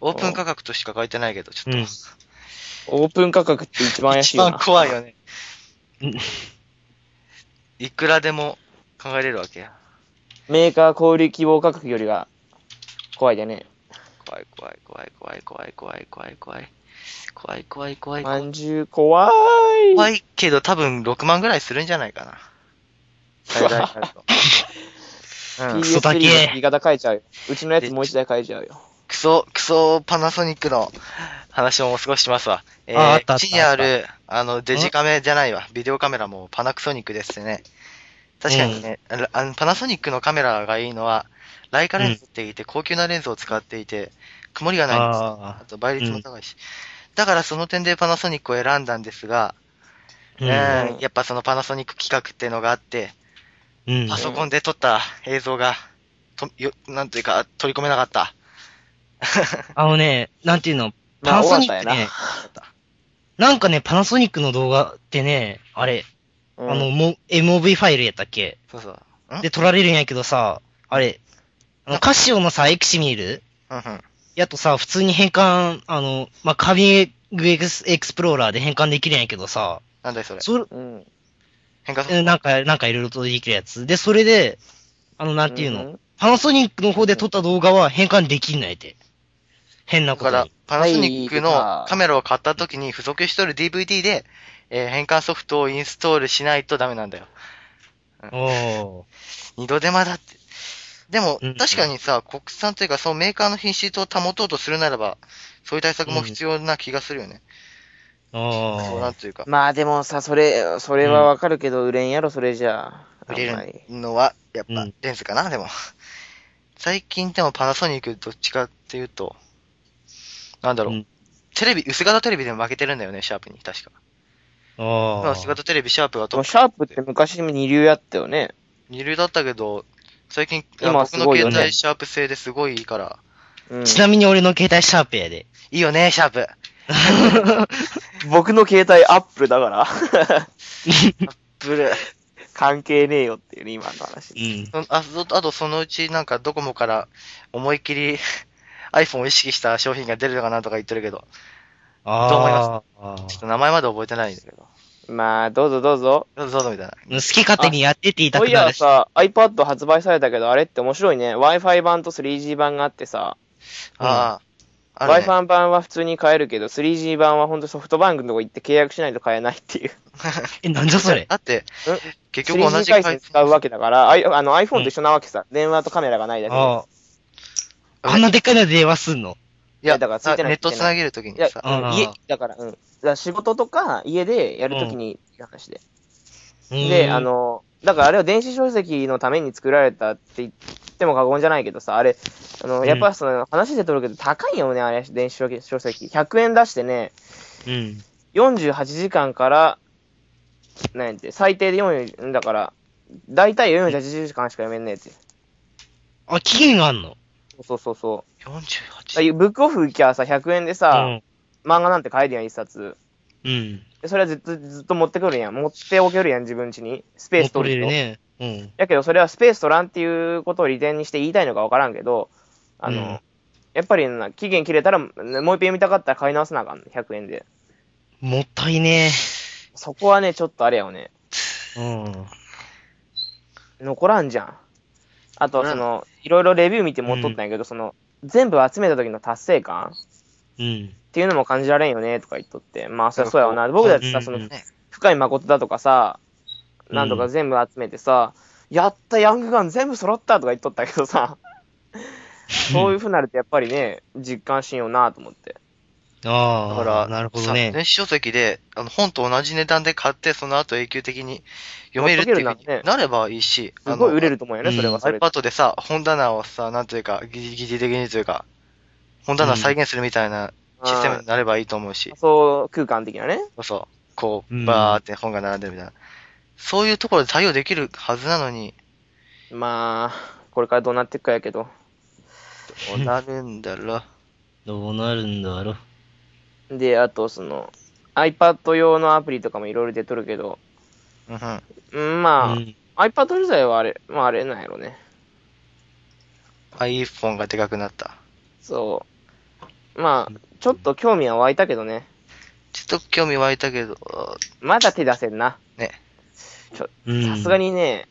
オープン価格としか書いてないけど、ちょっと。
うん
オープン価格って一番怪し
一
いよ
番
な。
怖いよね
うん。
いくらでも考えれるわけや。
メーカー小売希望価格よりが怖いでね。
怖い怖い怖い怖い怖い怖い怖い怖い。怖い怖い怖い怖
ま
い。
んじゅう怖い。
怖いけど多分6万ぐらいするんじゃないか な。最大になる と。うん、
クソだ
PS3
け
の言い方変えちゃうよ。うちのやつもう一台変えちゃうよ。
クソ、クソパナソニックの話ももう少ししますわ。え
ああ
ー
っ、たあった
うちにある、あの、デジカメじゃないわ。ビデオカメラもパナクソニックですね。確かにね、ああのパナソニックのカメラがいいのは、ライカレンズって言って高級なレンズを使っていて、曇りがないんです。あ
あ
と倍率も高いし。だからその点でパナソニックを選んだんですが、う
あ。
ん
うん
うん
やっぱそのパナソニック企画っていうのがあって、
うん
パ。ソコンで撮った映像が、とよなんというか、取り込めなかった。
あのね、なんていうの、パ
まあ
ナソニッ
終
ク
わった
ね、なんかね、パナソニックの動画ってね、あれ、
うん
あの、も、MOV ファイルやったっけ
そうそう。
で、撮られるんやけどさ、あれ、あの、カシオのさ、エクシミール
うんうん。
やとさ、普通に変換、あの、まあ、カビエクスエクスプローラーで変換できるんやけどさ、
なんだよそれ。
それ、
うん。
変化ソフ
え
ト。
なんか、なんかいろいろとできるやつ。で、それで、あの、なんていうの、
うん
パナソニックの方で撮った動画は変換できんないって。変な
だ
こ
か
と
ら
に。、
パナソニック
は
の
い
カメラを買った時に付属しとる DVD で、えー変換ソフトをインストールしないとダメなんだよ。
おー。
二度手間だって。でも
うんうん、
確かにさ、国産というか、そのメーカーの品質を保とうとするならば、そういう対策も必要な気がするよね。
お
そうなん
ー。
というか、
まあでもさ、それ、それはわかるけど、売れんやろ、それじゃあ。
売れ
あんまり
るのは、やっ
う
ぱ
ん、
レンズかな、でも。最近でもパナソニックどっちかっていうと、なんだろ
う。
うんテレビ、薄型テレビでも負けてるんだよね、シャープに、確か。
お
今、薄
ー。
型テレビ、シャープが
で
トッ
も
プ
シャープって昔も二流やったよね。
二流だったけど、最近、
今
あ僕
す
の
ごい
携
よね
帯シャープ製ですごいいいから。
うん、
ちなみに俺の携帯シャープやで。
いいよね、シャープ。
僕の携帯アップルだ から、
ブルー。
関係ねえよっていうね、今の話。
うん。
そあそあと、そのうちなんかドコモから思いっきり iPhone を意識した商品が出るのかなとか言ってるけど、どう思い
あ
ちょっ
ー。
と名前まで覚えてないんだけど。
まあ、どうぞどうぞ。
どうぞどうぞみたいな。
好き勝手にやってって言いた
そう
く
い
な
や
るし。
さ、iPad 発売されたけど、あれって面白いね。Wi-Fi 版と 3G 版があってさ、
ああ、あるね。
Wi-Fi 版は普通に買えるけど、3G 版はほんとソフトバンクのとこ行って契約しないと買えないっていう。
え、なんじゃそれ。
だって
え、
結局同
3G
じ回
回線使うわけだから、あいあの iPhone と一緒なわけさ、電話とカメラがないだけで。
ああ。あんなでっかいので電話すんの
いや、
だからついてない
ネットつなげるとき
いや、
にさ、
うん
あー
家、だから、うん。だから仕事とか家でやるときにっていう話で。で、あ、の、だからあれは電子書籍のために作られたって言っても過言じゃないけどさ、あれ、あの、やっぱその、話で取るけど高いよね、あれ、電子書籍。100円出してね、
うん。
48時間から、なんやって、最低で4、だから、だいたい48時間しか読めんねえって。
あ、期限があんの
そうそうそう。だか
48。
らブックオフ行きゃさ、100円でさ、
ん。
漫画なんて買えるやん、一冊。
うん。
でそれはずっと、ずっと持ってくるやん。持っておけるやん、自分家に。スペース
取
取る
れる
と。
ね。うん。
やけど、それはスペース取らんっていうことを利点にして言いたいのかわからんけど、あの、
うん
やっぱりな、期限切れたら、もう一遍読みたかったら買い直さなあかん、100円で。
もったいね
そこはね、ちょっとあれやよね。
え。うん。
残らんじゃん。あと、
残らん
その、いろいろレビュー見て持っとったんやけど、その、全部集めた時の達成感
うん。
っていうのも感じられんよね、とか言っとって。まあ、そりゃそうやわな。僕だってさ、その
うんうん、
深い誠だとかさ、
うん
なんとか全部集めてさ、やった、ヤングガン全部揃ったとか言っとったけどさ、そういう風になるとやっぱりね、実感しんよなと思って。
あ
だ
あ、
から、
なるほどね。
電子書籍で、あの、本と同じ値段で買って、その後永久的に読めるっていう
まあ
風
解けるならね
になればいいし、
すごい売れ
る。
ると思うよね、
うん
それはそれで。
iPad でさ、本棚をさ、なんというか、ギリギリ的にというか、本棚を再現するみたいなシステムになればいいと思うし、
そう、空間的なね。
そうそう、こ
う
う、
ん
バーって本が並んでるみたいな。そういうところで対応できるはずな のに、
まあ、これからどうなっていくかやけど。
どうなるんだろう。
どうなるんだろう。
で、あと、その、iPad 用のアプリとかもいろいろ出とるけど、
うんうん。
うん、まあ、
うん
iPad 自体はあれ、まああれなんやろね。
iPhone がでかくなった。
そう。まあ、ちょっと興味は湧いたけどね。
ちょっと興味湧いたけど、
まだ手出せんな。
ね。
うん
さすがにね、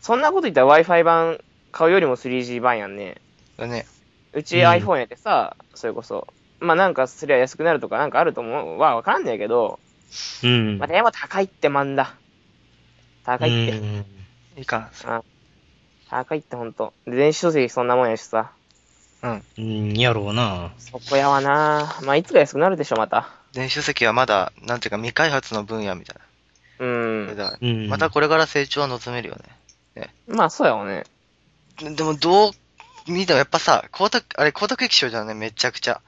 そんなこと言ったら Wi-Fi 版買うよりも 3G 版やんね。
ね。
うち
うん
iPhone やってさ、それこそ。まあなんかすりゃ安くなるとかなんかあると思うはわからんねやけど、
うん。
まあでも高いってまんだ。高いって。
うん
いかん。
高いってほんと。で電子書籍そんなもんやしさ。
うん。
うん、やろうな。
そこやわなまあいつか安くなるでしょ、また。
電子書籍はまだ、なんていうか未開発の分野みたいうな。
ん。
だから
うん。
またこれから成長は望めるよ
まあそうやわね。
ね。でもどう、見てもやっぱさ、光沢、あれ光沢液晶じゃんね、めちゃくちゃ。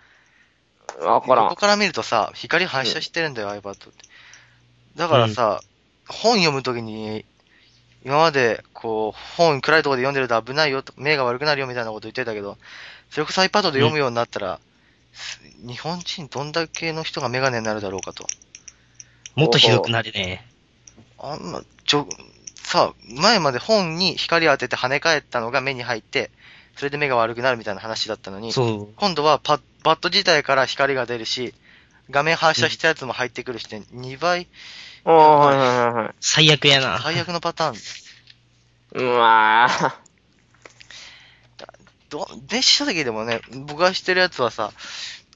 わから
こ
ん
こ。から見るとさ、光反射してるんだよ、iPad って。だからさ、本読むときに、今まで、こう、本暗いところで読んでると危ないよと、目が悪くなるよみたいなこと言ってたけど、それこそ iPad で読むようになったら、す日本人どんだけの人がメガネになるだろうかと。
もっとひどくなるね。
あんな、ちょ、さ、前まで本に光当てて跳ね返ったのが目に入って、それで目が悪くなるみたいな話だったのに、
そ
今度はパッ、バット自体から光が出るし、画面反射したやつも入ってくるして、2倍、
おー、はいはいはいは
う。最悪やな。
最悪のパターン。
い。まあ、
ど、電子書籍でもね、僕がしてるやつはさ、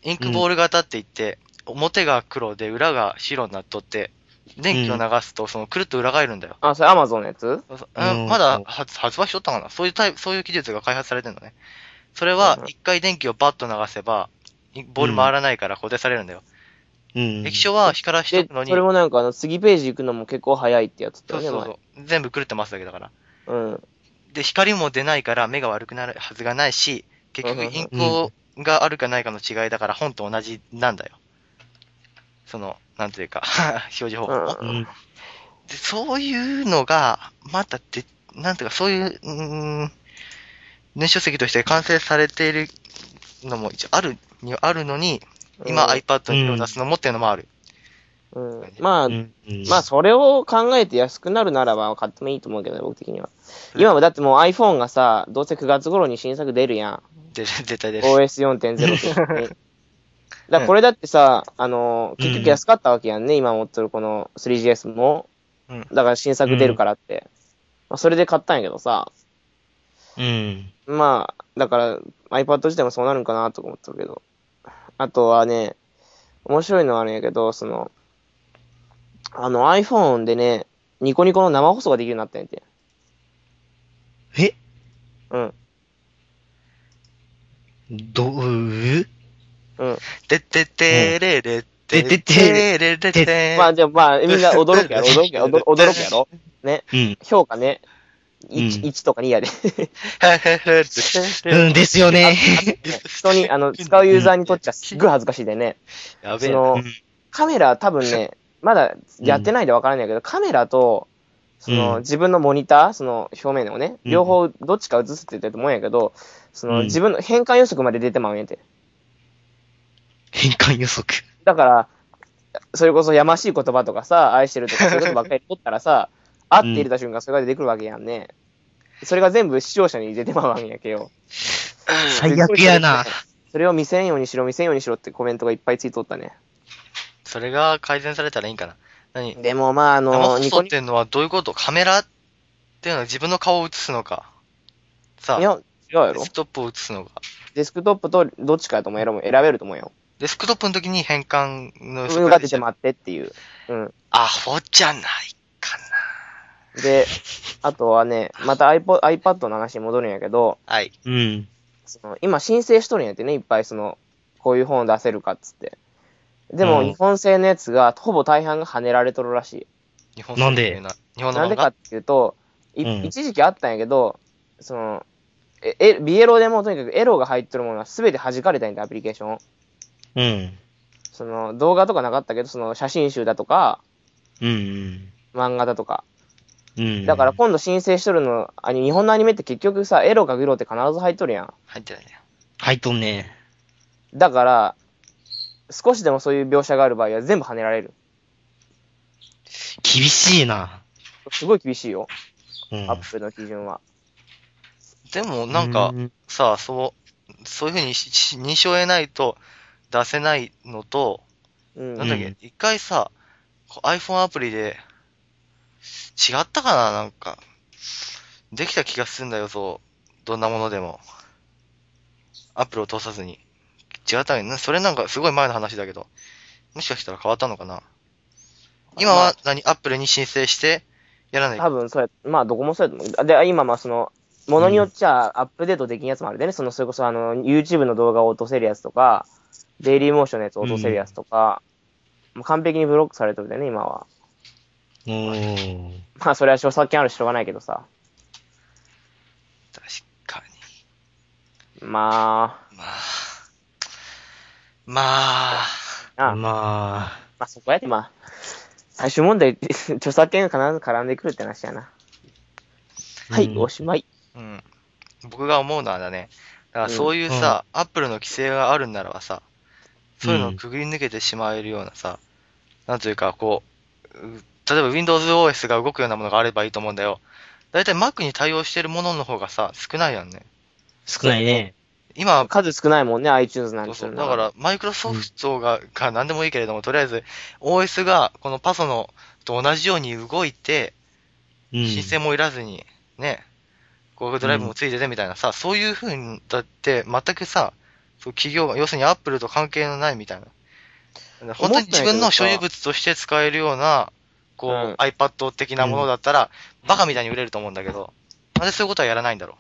インクボール型って言って、表が黒で裏が白になっとって、電気を流すと、その、くるっと裏返るんだよ。
あ、それ Amazon のやつ
そう
うん
まだ発発売しとったかなそういうタイプ、そういう技術が開発されてんのね。それは
うん、
一回電気をバッと流せば、いボール回らないから固定されるんだよ。
うん。
液晶は光らし
で
とくの、に、
それもなんかあの、次ページ行くのも結構早いってやつだ
そう
よ
そう
ね、
そう。全部狂ってますだけだから。
前。うん。
で、光も出ないから目が悪くなるはずがないし、結
うんう
局
ん
インクをがあるかないかの違いだから本と同じなんだよ。その、なんていうか、表示方法、
うん
うん。
で。そういうのが、またで、なんていうか、そういう、うーん、年書籍として完成されているのも一応ある、にはあるのに、今
うん
iPad に手を出すのもっていうのもある。
うん。まあ、
うん
まあ、それを考えて安くなるならば買ってもいいと思うけどね、僕的には。今もだってもう iPhone がさ、どうせ9月頃に新作出るやん。
で、絶対で す。
OS4.0 って。だからこれだってさ、あのー、結局安かったわけやんね、今持ってるこの 3GS も。
うん
だから新作出るからって。まあ、それで買ったんやけどさ、
うん。
まあ、だから iPad 自体もそうなるんかなとか思ってるけど。あとはね、面白いのはあるんやけど、その、あの iPhone でね、ニコニコの生放送ができるようになったんやて。
え
うん。
どう
うん。
で、で、で、れ、れ、
でで
で、
で
れ、れ、で、
まあ、じゃあまあ、みんな驚く やろ、驚くやろ、驚驚くやろ。ね。
うん。
評価ね、
う
1,
ん
一とか2やで。
へへへ、で、
うんですよね。
人に、あの、使うユーザーにとっちゃすっごい恥ずかしいでね。
や
そ
べえな。
の
うん、
カメラ多分ね、まだやってないでわからないけど、カメラと、その、
うん
自分のモニター、その表面をね、
うん
両方どっちか映すって言ってると思うんやけど、その、
うん
自分の変換予測まで出てまうんやて。
変換予測。
だから、それこそやましい言葉とかさ、愛してるとかそういうことばっかり取ったらさ、あって入れた瞬間それが出てくるわけやんね。それが全部視聴者に出てまうわけやけよ。
最悪やな。
それを見せんようにしろ、見せんようにしろってコメントがいっぱいついとったね。
それが改善されたらいいんかな。何
でもまあ、あ
生
の、
放
ニ
送
コ
っ
ニ
ていうのはどういうことカメラっていうのは自分の顔を映すのか。さ
コ、い
あ、
や、違うや
デ
ろ
スクトップを映すのが。
デスクトップとどっちかとも選ぶ選べると思うよ。
デスクトップの時に変換の
それが出て待ってっていう。うん。
アホじゃないか
で、あとはね、また iPod iPad の話に戻るんやけど、
な。はい。
うん。
その今申請しとるんやってね、いっぱいその、こういう本を出せるかっつって。でも、
うん
日本製のやつが、ほぼ大半が跳ねられとるらし
日本
なんで
製の日本
い。
の
なん
漫
でか
画
っていうと、い
うん
一時期あったんやけど、その、え、えビエロでもうとにかくエロが入ってるものは全て弾かれたんやって、アプリケーション。
うん。
その、動画とかなかったけど、その、写真集だとか、
うん。
漫画だとか。
うん。
だから今度申請しとるの、あ日本のアニメって結局さ、エロかグロって必ず入っとるやん。
入ってないね。
入っとんね。
だから、少しでもそういう描写がある場合は全部跳ねられる。
厳しいな。
すごい厳しいよ、
うん。
アップルの基準は。
でもなんか
う、ん
さあ、そう、そういうふうにしし認証を得ないと出せないのと、
うん。
なんだっ
う
け
ん、
一回さ、こう iPhone アプリで、違ったかななんか、できた気がするんだよ、そう。どんなものでも。アップルを通さずに。違ったね。なそれなんかすごい前の話だけど。もしかしたら変わったのかな今は何アップルに申請して、やらない。
多分そうや、まあどこもそうやと思う。で、今まあその、ものによっちゃアップデートできんやつもあるでね、その、それこそあの、YouTube の動画を落とせるやつとか、デイリーモーションのやつを落とせるやつとか、もう完璧にブロックされてるでね、今は。
おー。
まあそれは著作権あるししょうがないけどさ。
確か
まあ、
に。まあ。まあ。
なあ、ま
まあ。
あそこやってまあ、最終問題、 著作権が必ず絡んでくるって話やな。はい、
うん
おしまい。
うん。僕が思うのはだね、だからそういうさ、アップルの規制があるんならばさ、そういうのをくぐり抜けてしまえるようなさ、なんというか、こう、う例えば Windows OS が動くようなものがあればいいと思うんだよ。だいたい Mac に対応してるものの方がさ、少ないやんね。
少ないね。
今、
数少ないもんね、iTunes なん
そう
てす
そ
る
う
の
だから、マイクロソフトが、が何でもいいけれども、とりあえず、OS が、このパソのと同じように動いて、
うん。
申請もいらずに、ね、Google ドライブもついててみたいなさ、そういう風に、だって、全くさ、そう企業が、要するに Apple と関係のないみたいな。本当に自分の所有物として使えるような、こう、
うん
iPad 的なものだったら、バカみたいに売れると思うんだけど、なんでそういうことはやらないんだろ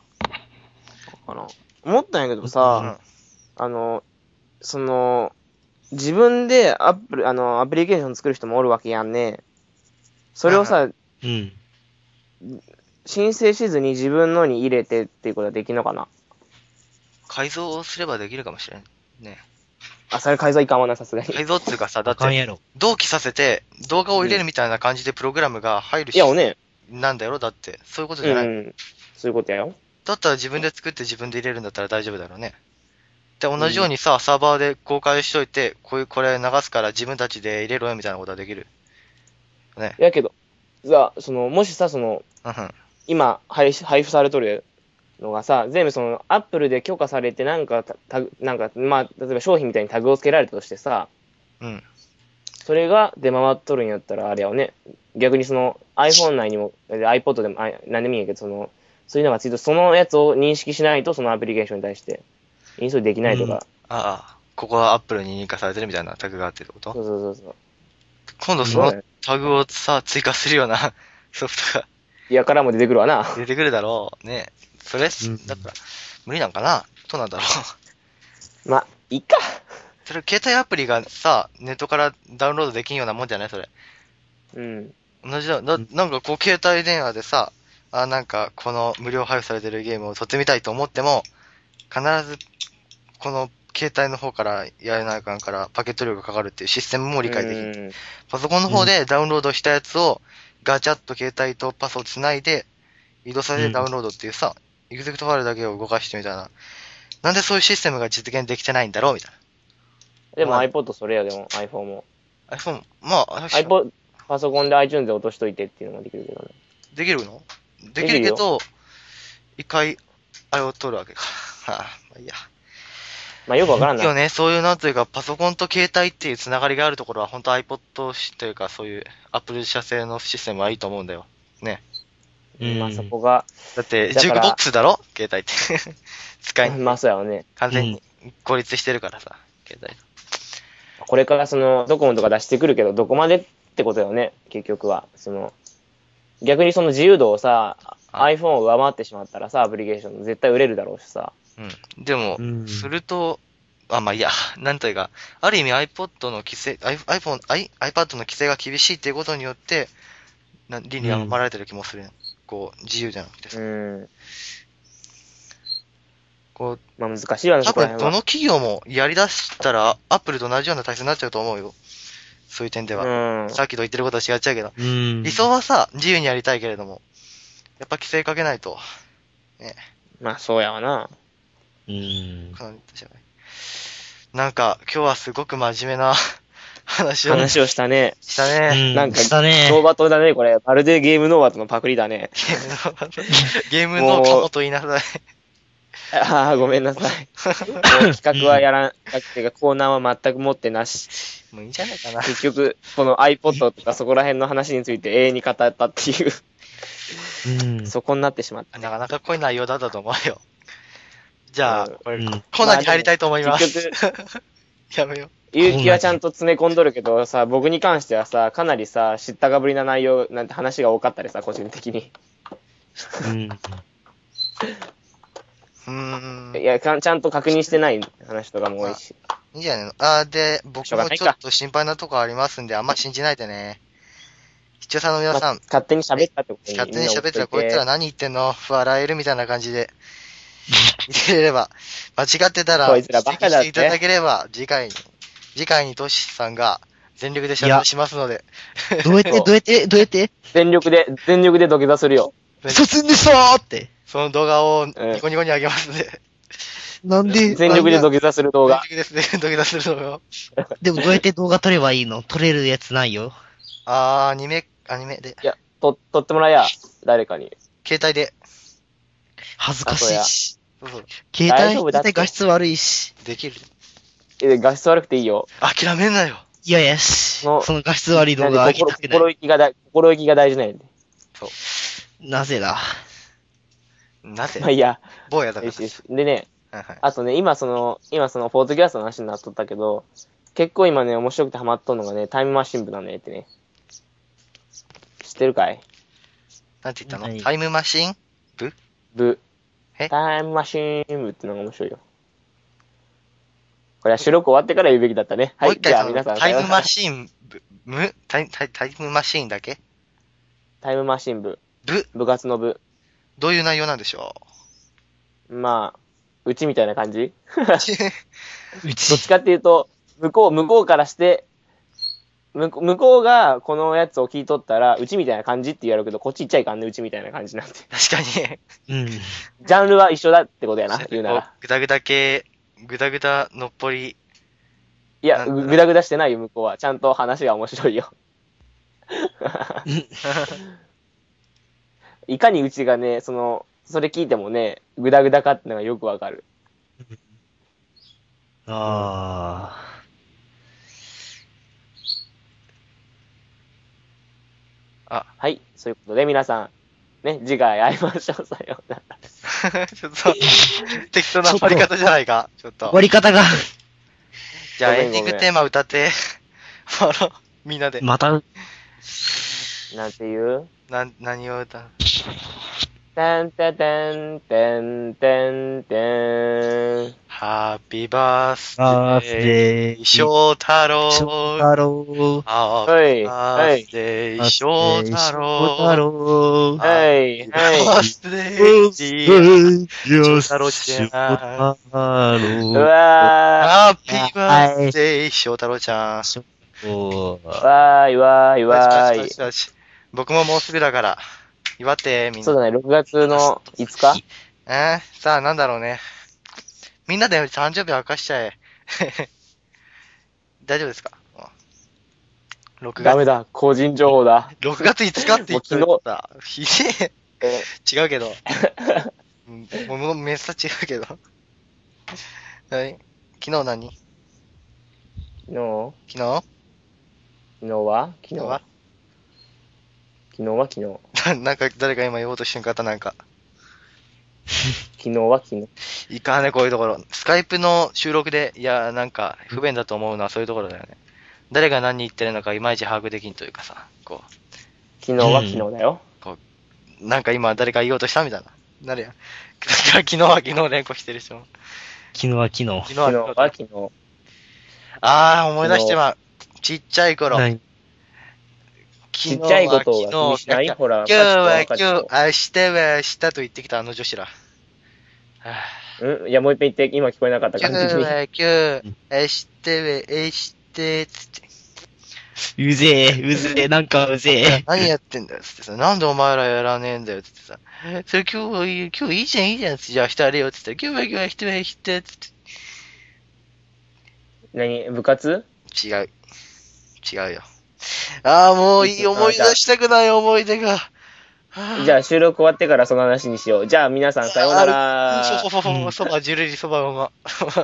かな。思ったんやけど
う。
さ、
うん。
あの、その、自分でアップル、あの、アプリケーション作る人もおるわけやんね。それをさ、
うん。
申請しずに自分のに入れてっていうことはできんのかな
改造をすればできるかもしれん。ね。
あ、それ改ざいかんわな、さすがに。
改造っていうかさ、だ
あ
っ
かん
て、
やろ。
同期させて、動画を入れるみたいな感じでプログラムが入る
いや、おね、
なんだよ、だって。そういうこと
う
じゃない。
ん。そういうことやよ。
だったら自分で作って自分で入れるんだったら大丈夫だろうね。で、同じようにさ、サーバーで公開しといて、こういう、これ流すから自分たちで入れろよみたいなことはできる。ね。
やけど、さ、その、もしさ、その、
うんうん。
今、配信配布されとるのがさ、全部その、アップルで許可されて、なんか、タタグ、なんか、まあ、例えば商品みたいにタグをつけられたとしてさ、
うん。
それが出回っとるんやったら、あれやよね。逆にその iPhone 内にも、え iPod でも、あ何でもいいんやけど、その、そういうのがついて、そのやつを認識しないと、そのアプリケーションに対して、インストールできないとか。
ああ、ここはアップルに認可されてるみたいなタグがあってってこと、
そうそうそうそう。
今度そ
そう
の
だね
タグをさ、追加するような ソフトが
いやからも出てくるわな。
出てくるだろう。ね。それ、
ん
だから、無理なんかなどうなんだろう。
まあ、いいか。
それ、携帯アプリがさ、ネットからダウンロードできんようなもんじゃないそれ。
うん。
同じだ。な、なんかこう、携帯電話でさ、あ、なんか、この無料配布されてるゲームを撮ってみたいと思っても、必ず、この携帯の方からやれないかんから、パケット量がかかるっていうシステムも理解できる。
うん
パソコンの方でダウンロードしたやつを、ガチャッと携帯とパスをつないで、移動させ
う
て
ん
ダウンロードっていうさ、エグゼクトファイルだけを動かしてみたいな。なんでそういうシステムが実現できてないんだろうみたい
でも
まあ
iPod それや、でも iPhone も。
な。iPhone、まあ、
iPod、パソコンで iTunes で落としといてっていうのもできるけどね。
できるの
で
でき
き
る
る
け
よ
ど、一回、あれを取るわけか。 はあ、まあいいや。
まあ、よくわからん
今日
な。
ね、そういうなんというか、パソコンと携帯っていうつながりがあるところは、本当 iPod というか、そういう Apple 社製のシステムはいいと思うんだよ。
うん
まあそこが、
だって、
だ
ジュ
か
ー
ら
クボックスだろ携帯って。 使い、
まあそうやわね。
完全に孤立してるからさ、携帯と。
これからそのドコモとか出してくるけど、どこまでってことよね、結局は。その逆にその自由度をさ、
は
iPhone を上回ってしまったらさ、アプリケーション絶対売れるだろうしさ。
うん。でも、
うん
すると、あ、まあいいや、 なんというか、ある意味 iPod の規制、I- iPhone、I、iPad の規制が厳しいっていうことによって、な倫理が守られてる気もする、こう、自由じゃなくて
う
さ。
ん。
こう、
まあ難しいわね、
多
そこら
分
辺は。
どの企業もやり出したら、アップルと同じような体制になっちゃうと思うよ。そういう点では。
うん。
さっきと言ってることは違っちゃうけど。
うん。
理想はさ、自由にやりたいけれども、やっぱ規制かけないと、
まあそうやわな。
うん。
かなり私はねなんか、今日はすごく真面目な 話をし
話をしたね。
たね。
なんか
したね。
ノーバトだね、これ。まるでゲームノーバトのパクリだね。
ゲームの、ゲームのかもと言いなさい。
ああ、ごめんなさい。もう企画はやらん。っていうか、コーナーは全く持ってなし。
もういいんじゃないか な。
結局、この iPod とかそこら辺の話について永遠に語ったっていう、
うん。
そこになってしまった。
なかなか濃い内容だったと思うよ。じゃあ、
うん
これ、
うん
コーナーに入りたいと思います。
結
やめよ
結城はちゃんと詰め込んどるけどさ、僕に関してはさ、かなりさ、知ったかぶりな内容なんて話が多かったでさ、個人的に。
うん。
う。うーん。
いや、かんちゃんと確認してない話とかも多いし。
いいんじゃないのあーで、僕
しょうが
も
ないか
ちょっと心配なとこありますんで、あんま信じないでね。視聴者の皆
ま
さ
あ
ん、
勝手に喋ったってこと
勝手に喋ってたらこ
みん
いつ
な
ら
思っと
何言ってんの笑えるみたいな感じで。見てれれば、間違ってたら、
こい
指
つら
摘
バカだっ
してていただければ、次回に、次回にトシさんが全力で謝
いや
罪しますので。
どうやって、どうやって、どうやって
いて全力で、全力で土下座するよ。
卒んでさーって。
その動画をニ
え
コニコに上げますので。
なんで
全力で土下座する動
全
画。
力ですね。土下座する動画を。
でもどうやって動画撮ればいいの 撮れるやつないよ。
あー、アニメ、アニメで、
いや、と、撮ってもらえや、誰かに。
携帯で。
恥ずかしいし。
そうそう。
携
大丈
帯、
夫だ
携
って
帯画質悪いし。
できる。
え、画質悪くていいよ。
諦めんなよ。
嫌やし。
の
その画質悪い動画
な
上
んで
げたく
心
な
心
い。
意気がだ、心意気が大事なんやで。
なぜだ
なぜ
まあいいや、
坊やだか
よ
ら
し。よしでね、
はいはい
あとね、今その、今その、ポートキャストの話になっとったけど、結構今ね、面白くてハマっとんのがね、タイムマシン部なのねってね。知ってるかい
なんて言った
はい
のタイムマシン
部。
え
タイムマシン部ってのが面白いよ。これは収録終わってから言うべきだったね。
も
は
う
い、じ
一回
ゃあ
そ
皆
の
さん、
タイムマ
ン。
シン部、むタイタイタイムマシンだけ
タイムマシン部。
部
部活の部。
どういう内容なんでしょ
まあ、うちみたいな感じ
う
う
どっち
ち。
かっていうと、向こう、向こうからして、向こう向こうがこのやつを聞いとったら、うちみたいな感じって言われるけど、こっち行っちゃいかんね、うちみたいな感じ なんて。
確かに。
うん。
ジャンルは一緒だってことやな、言うなら。
ぐだぐだ系、ぐだぐだのっぽり、
いや、
なんだ
ぐだぐだしてないよ、向こうは。ちゃんと話が面白 いよ。いかにうちがね、その、それ聞いてもね、ぐだぐだかってのがよくわかる。
あ
はい、そういうことで皆さん、ね、次回会いましょう、さようなら。
ちょ っと、適当な終わり方じゃないか。ちょっ
あ。
と
終。わり方が。
じゃあ
ごめん
エン
ご
デ
めん
ィングテーマ歌って、 あの、みんなで。
また、
なんて言う
な、何を歌う
たんたたんたんたんたん。
ハッピーバース
バース
デ
デ
ー、
ー。緒
翔太郎。
だろ
ハッ
はい、
ピーバ
は
ー
い
ス、デ
う。
ー、翔太
だ
郎。
ろう。
はい、
バ
は
ースデー、
よ
しよし
し、だろ
い。う
う。
わ
ハッピーバースデー、翔太郎ちゃん。
ー、わーい、わーい、わ
よ
ーい
し。よしよし僕ももうすぐだから、祝って、みん
そう
な。
だね、6月の5日
えー、さあ、なんだろうね。みんなで誕生日明かしちゃえ。 大丈夫ですか ?6
ダ
月、
メだ、個人情報だ。
6月5日って言って
もう
た。ひで
え
え。違うけど。うんもの、めっさ違うけど。 はい。昨日何
昨日
昨日
昨日は昨
昨
日
日
は
は
昨日は昨日。
な、なんか誰か今言おうとしてんかった、なんか。
昨日は昨日。
いかんね、こういうところ。スカイプの収録で、いや、なんか、不便だと思うのはそういうところだよね。誰が何言ってるのかいまいち把握できんというかさ、こ
昨日は昨日だよ。
う、なんか今誰か言おうとしたみたいな。なるやん。 昨日は昨日連呼してる人も。
昨日は昨日。
昨日
昨
は
日
昨
は
日。
昨日。
あー、思い出してまう。ちっちゃい頃。
何
ち
ちっちゃいことを気にしないほら、
今日は
パ
今
チ
日、
ッ
明
と
日は明日と言ってきたあの女子ら。はあ
うんいや、もう一遍言って、今聞こえなかった
今
感
日
じに。
は今日、明日は明日、つって。
うぜえ、うぜえ、なんかうぜえ。
何やってんだよ、つってさ。なんでお前らやらねえんだよ、つってさ。それ今日はいい、今日いいじゃん、いいじゃん、つって。じゃあ明日やれよ、つって。今日は今日は明日は明日、つって。
何部活
違う。違うよ。ああ、もういい、思い出したくない思い出が。
じゃあ収録終わってからその話にしよう。じゃあ皆さんさようなら。
そば、そば、そば、ジュレリそば、うま。ちょっと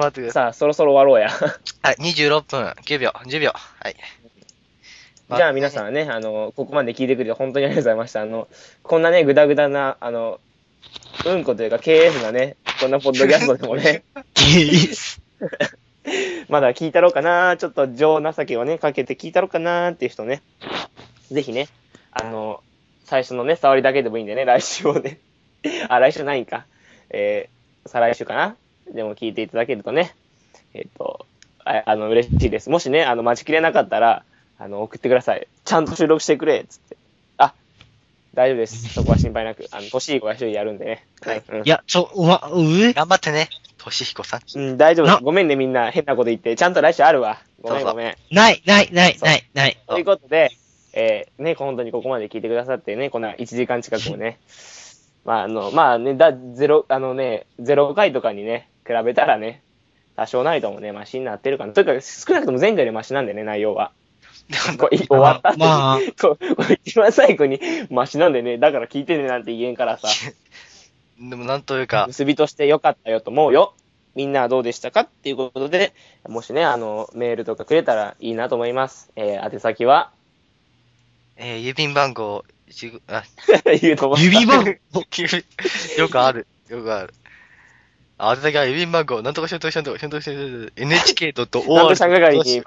待ってください。
さあ、そろそろ終わろうや。
はい、26分、9秒、10秒。はい。
じゃあ皆さんね、あの、ここまで聞いてくれて本当にありがとうございました。あの、こんなね、ぐだぐだな、あの、うんこというか KF なね、こんなポッドキャストでもね、まだ聞いたろうかな、ちょっと情情けをね、かけて聞いたろうかなっていう人ね、ぜひね、あの、最初のね、触りだけでもいいんでね、来週をね、 あ、来週ないんか、えー、再来週かな、でも聞いていただけるとね、えっ、と、ああの、嬉しいです。もしね、あの、待ちきれなかったら、あの、送ってください。ちゃんと収録してくれ、つって。あ、大丈夫 です。そこは心配なく、あの、年いい子が一人やるんでね。
はい
うん
いや、ちょ、おま、うえ
頑張ってね、としひこさん。
うん、大丈夫です
な
ごめんね、みんな。変なこと言って。ちゃんと来週あるわ。ごめん、
そうそう
ごめん。
ない、ない、ない、ない、ない。
そう
ということで、えー、ね、本当にここまで聞いてくださってね、こんな1時間近くもね。 まあ、あの、まあね、だ、ゼロ、あのね、ゼロ回とかにね、比べたらね、多少ないともね、マシになってるかな。というか、少なくとも前回よりマシなんでね、内容は。こうい終わったって、
まあ
こうこう一番最後に マシなんでね、だから聞いてねなんて言えん からさ、
でもなんというか、
結びとして良かったよと思うよ。みんなはどうでしたかっていうことで、もしね、あの、メールとかくれたらいいなと思います。えー、宛先は、
えー、郵便番号、一五あ、
言うと思った
指番号
よくある。よくある。あ、あれだけは郵便番号、なんとかしようとしようとしようとしようと NHK.OR。
なんと社会に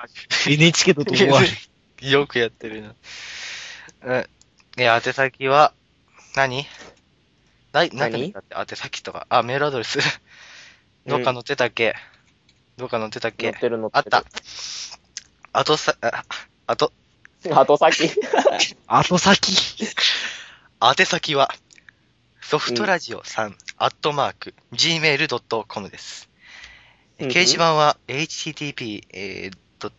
NHK と思われる。
よくやってるな。うん。え、宛先は、何ない、なんか
何
だって宛先とか。あ、メールアドレス。どっか載ってたっけ、どっか載ってたっ
乗っ
け
てる乗って
あっ
る。
た。あとさ、ああと、
後先。
後先。
宛先は、ソフトラジオさん、アットマーク、gmail.com です。え
うんうん
掲示板は、http、えー、と、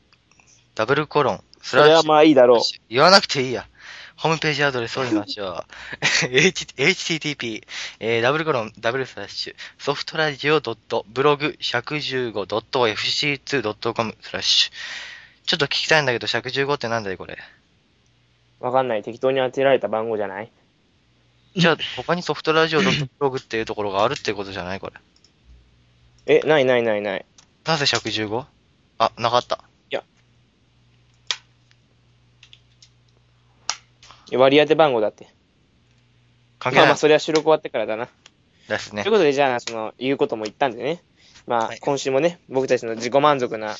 ダブルコロン、ス
それはまあいいだろう。
言わなくていいや。ホームページアドレスを見ましょう。H- http, えー、ダブルコロン、ダブルスラッシュ、ソフトラジオドットブログ 115.fc2.com スラッシュ。ちょっと聞きたいんだけど、115ってなんだよ、これ。
わかんない。適当に当てられた番号じゃない
じゃあ、他にソフトラジオドットブログっていうところがあるってことじゃないこれ。
え、ないないないない。
なぜ 115? あ、なかった。
割り当て番号だって。
関係
まあま
ない
あ、それは収録終わってからだな。
です
と
ね
いう。ことで、じゃあ、その、言うことも言ったんでね。ま
は
あ
い、
今週もね、僕たちの自己満足な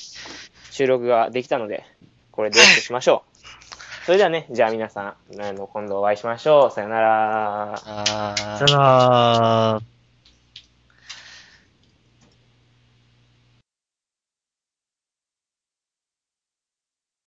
収録ができたので、これでよしとしましょう。それではね、じゃあ皆さん、あの今度お会いしましょう。さよなら。
あー
さよなら。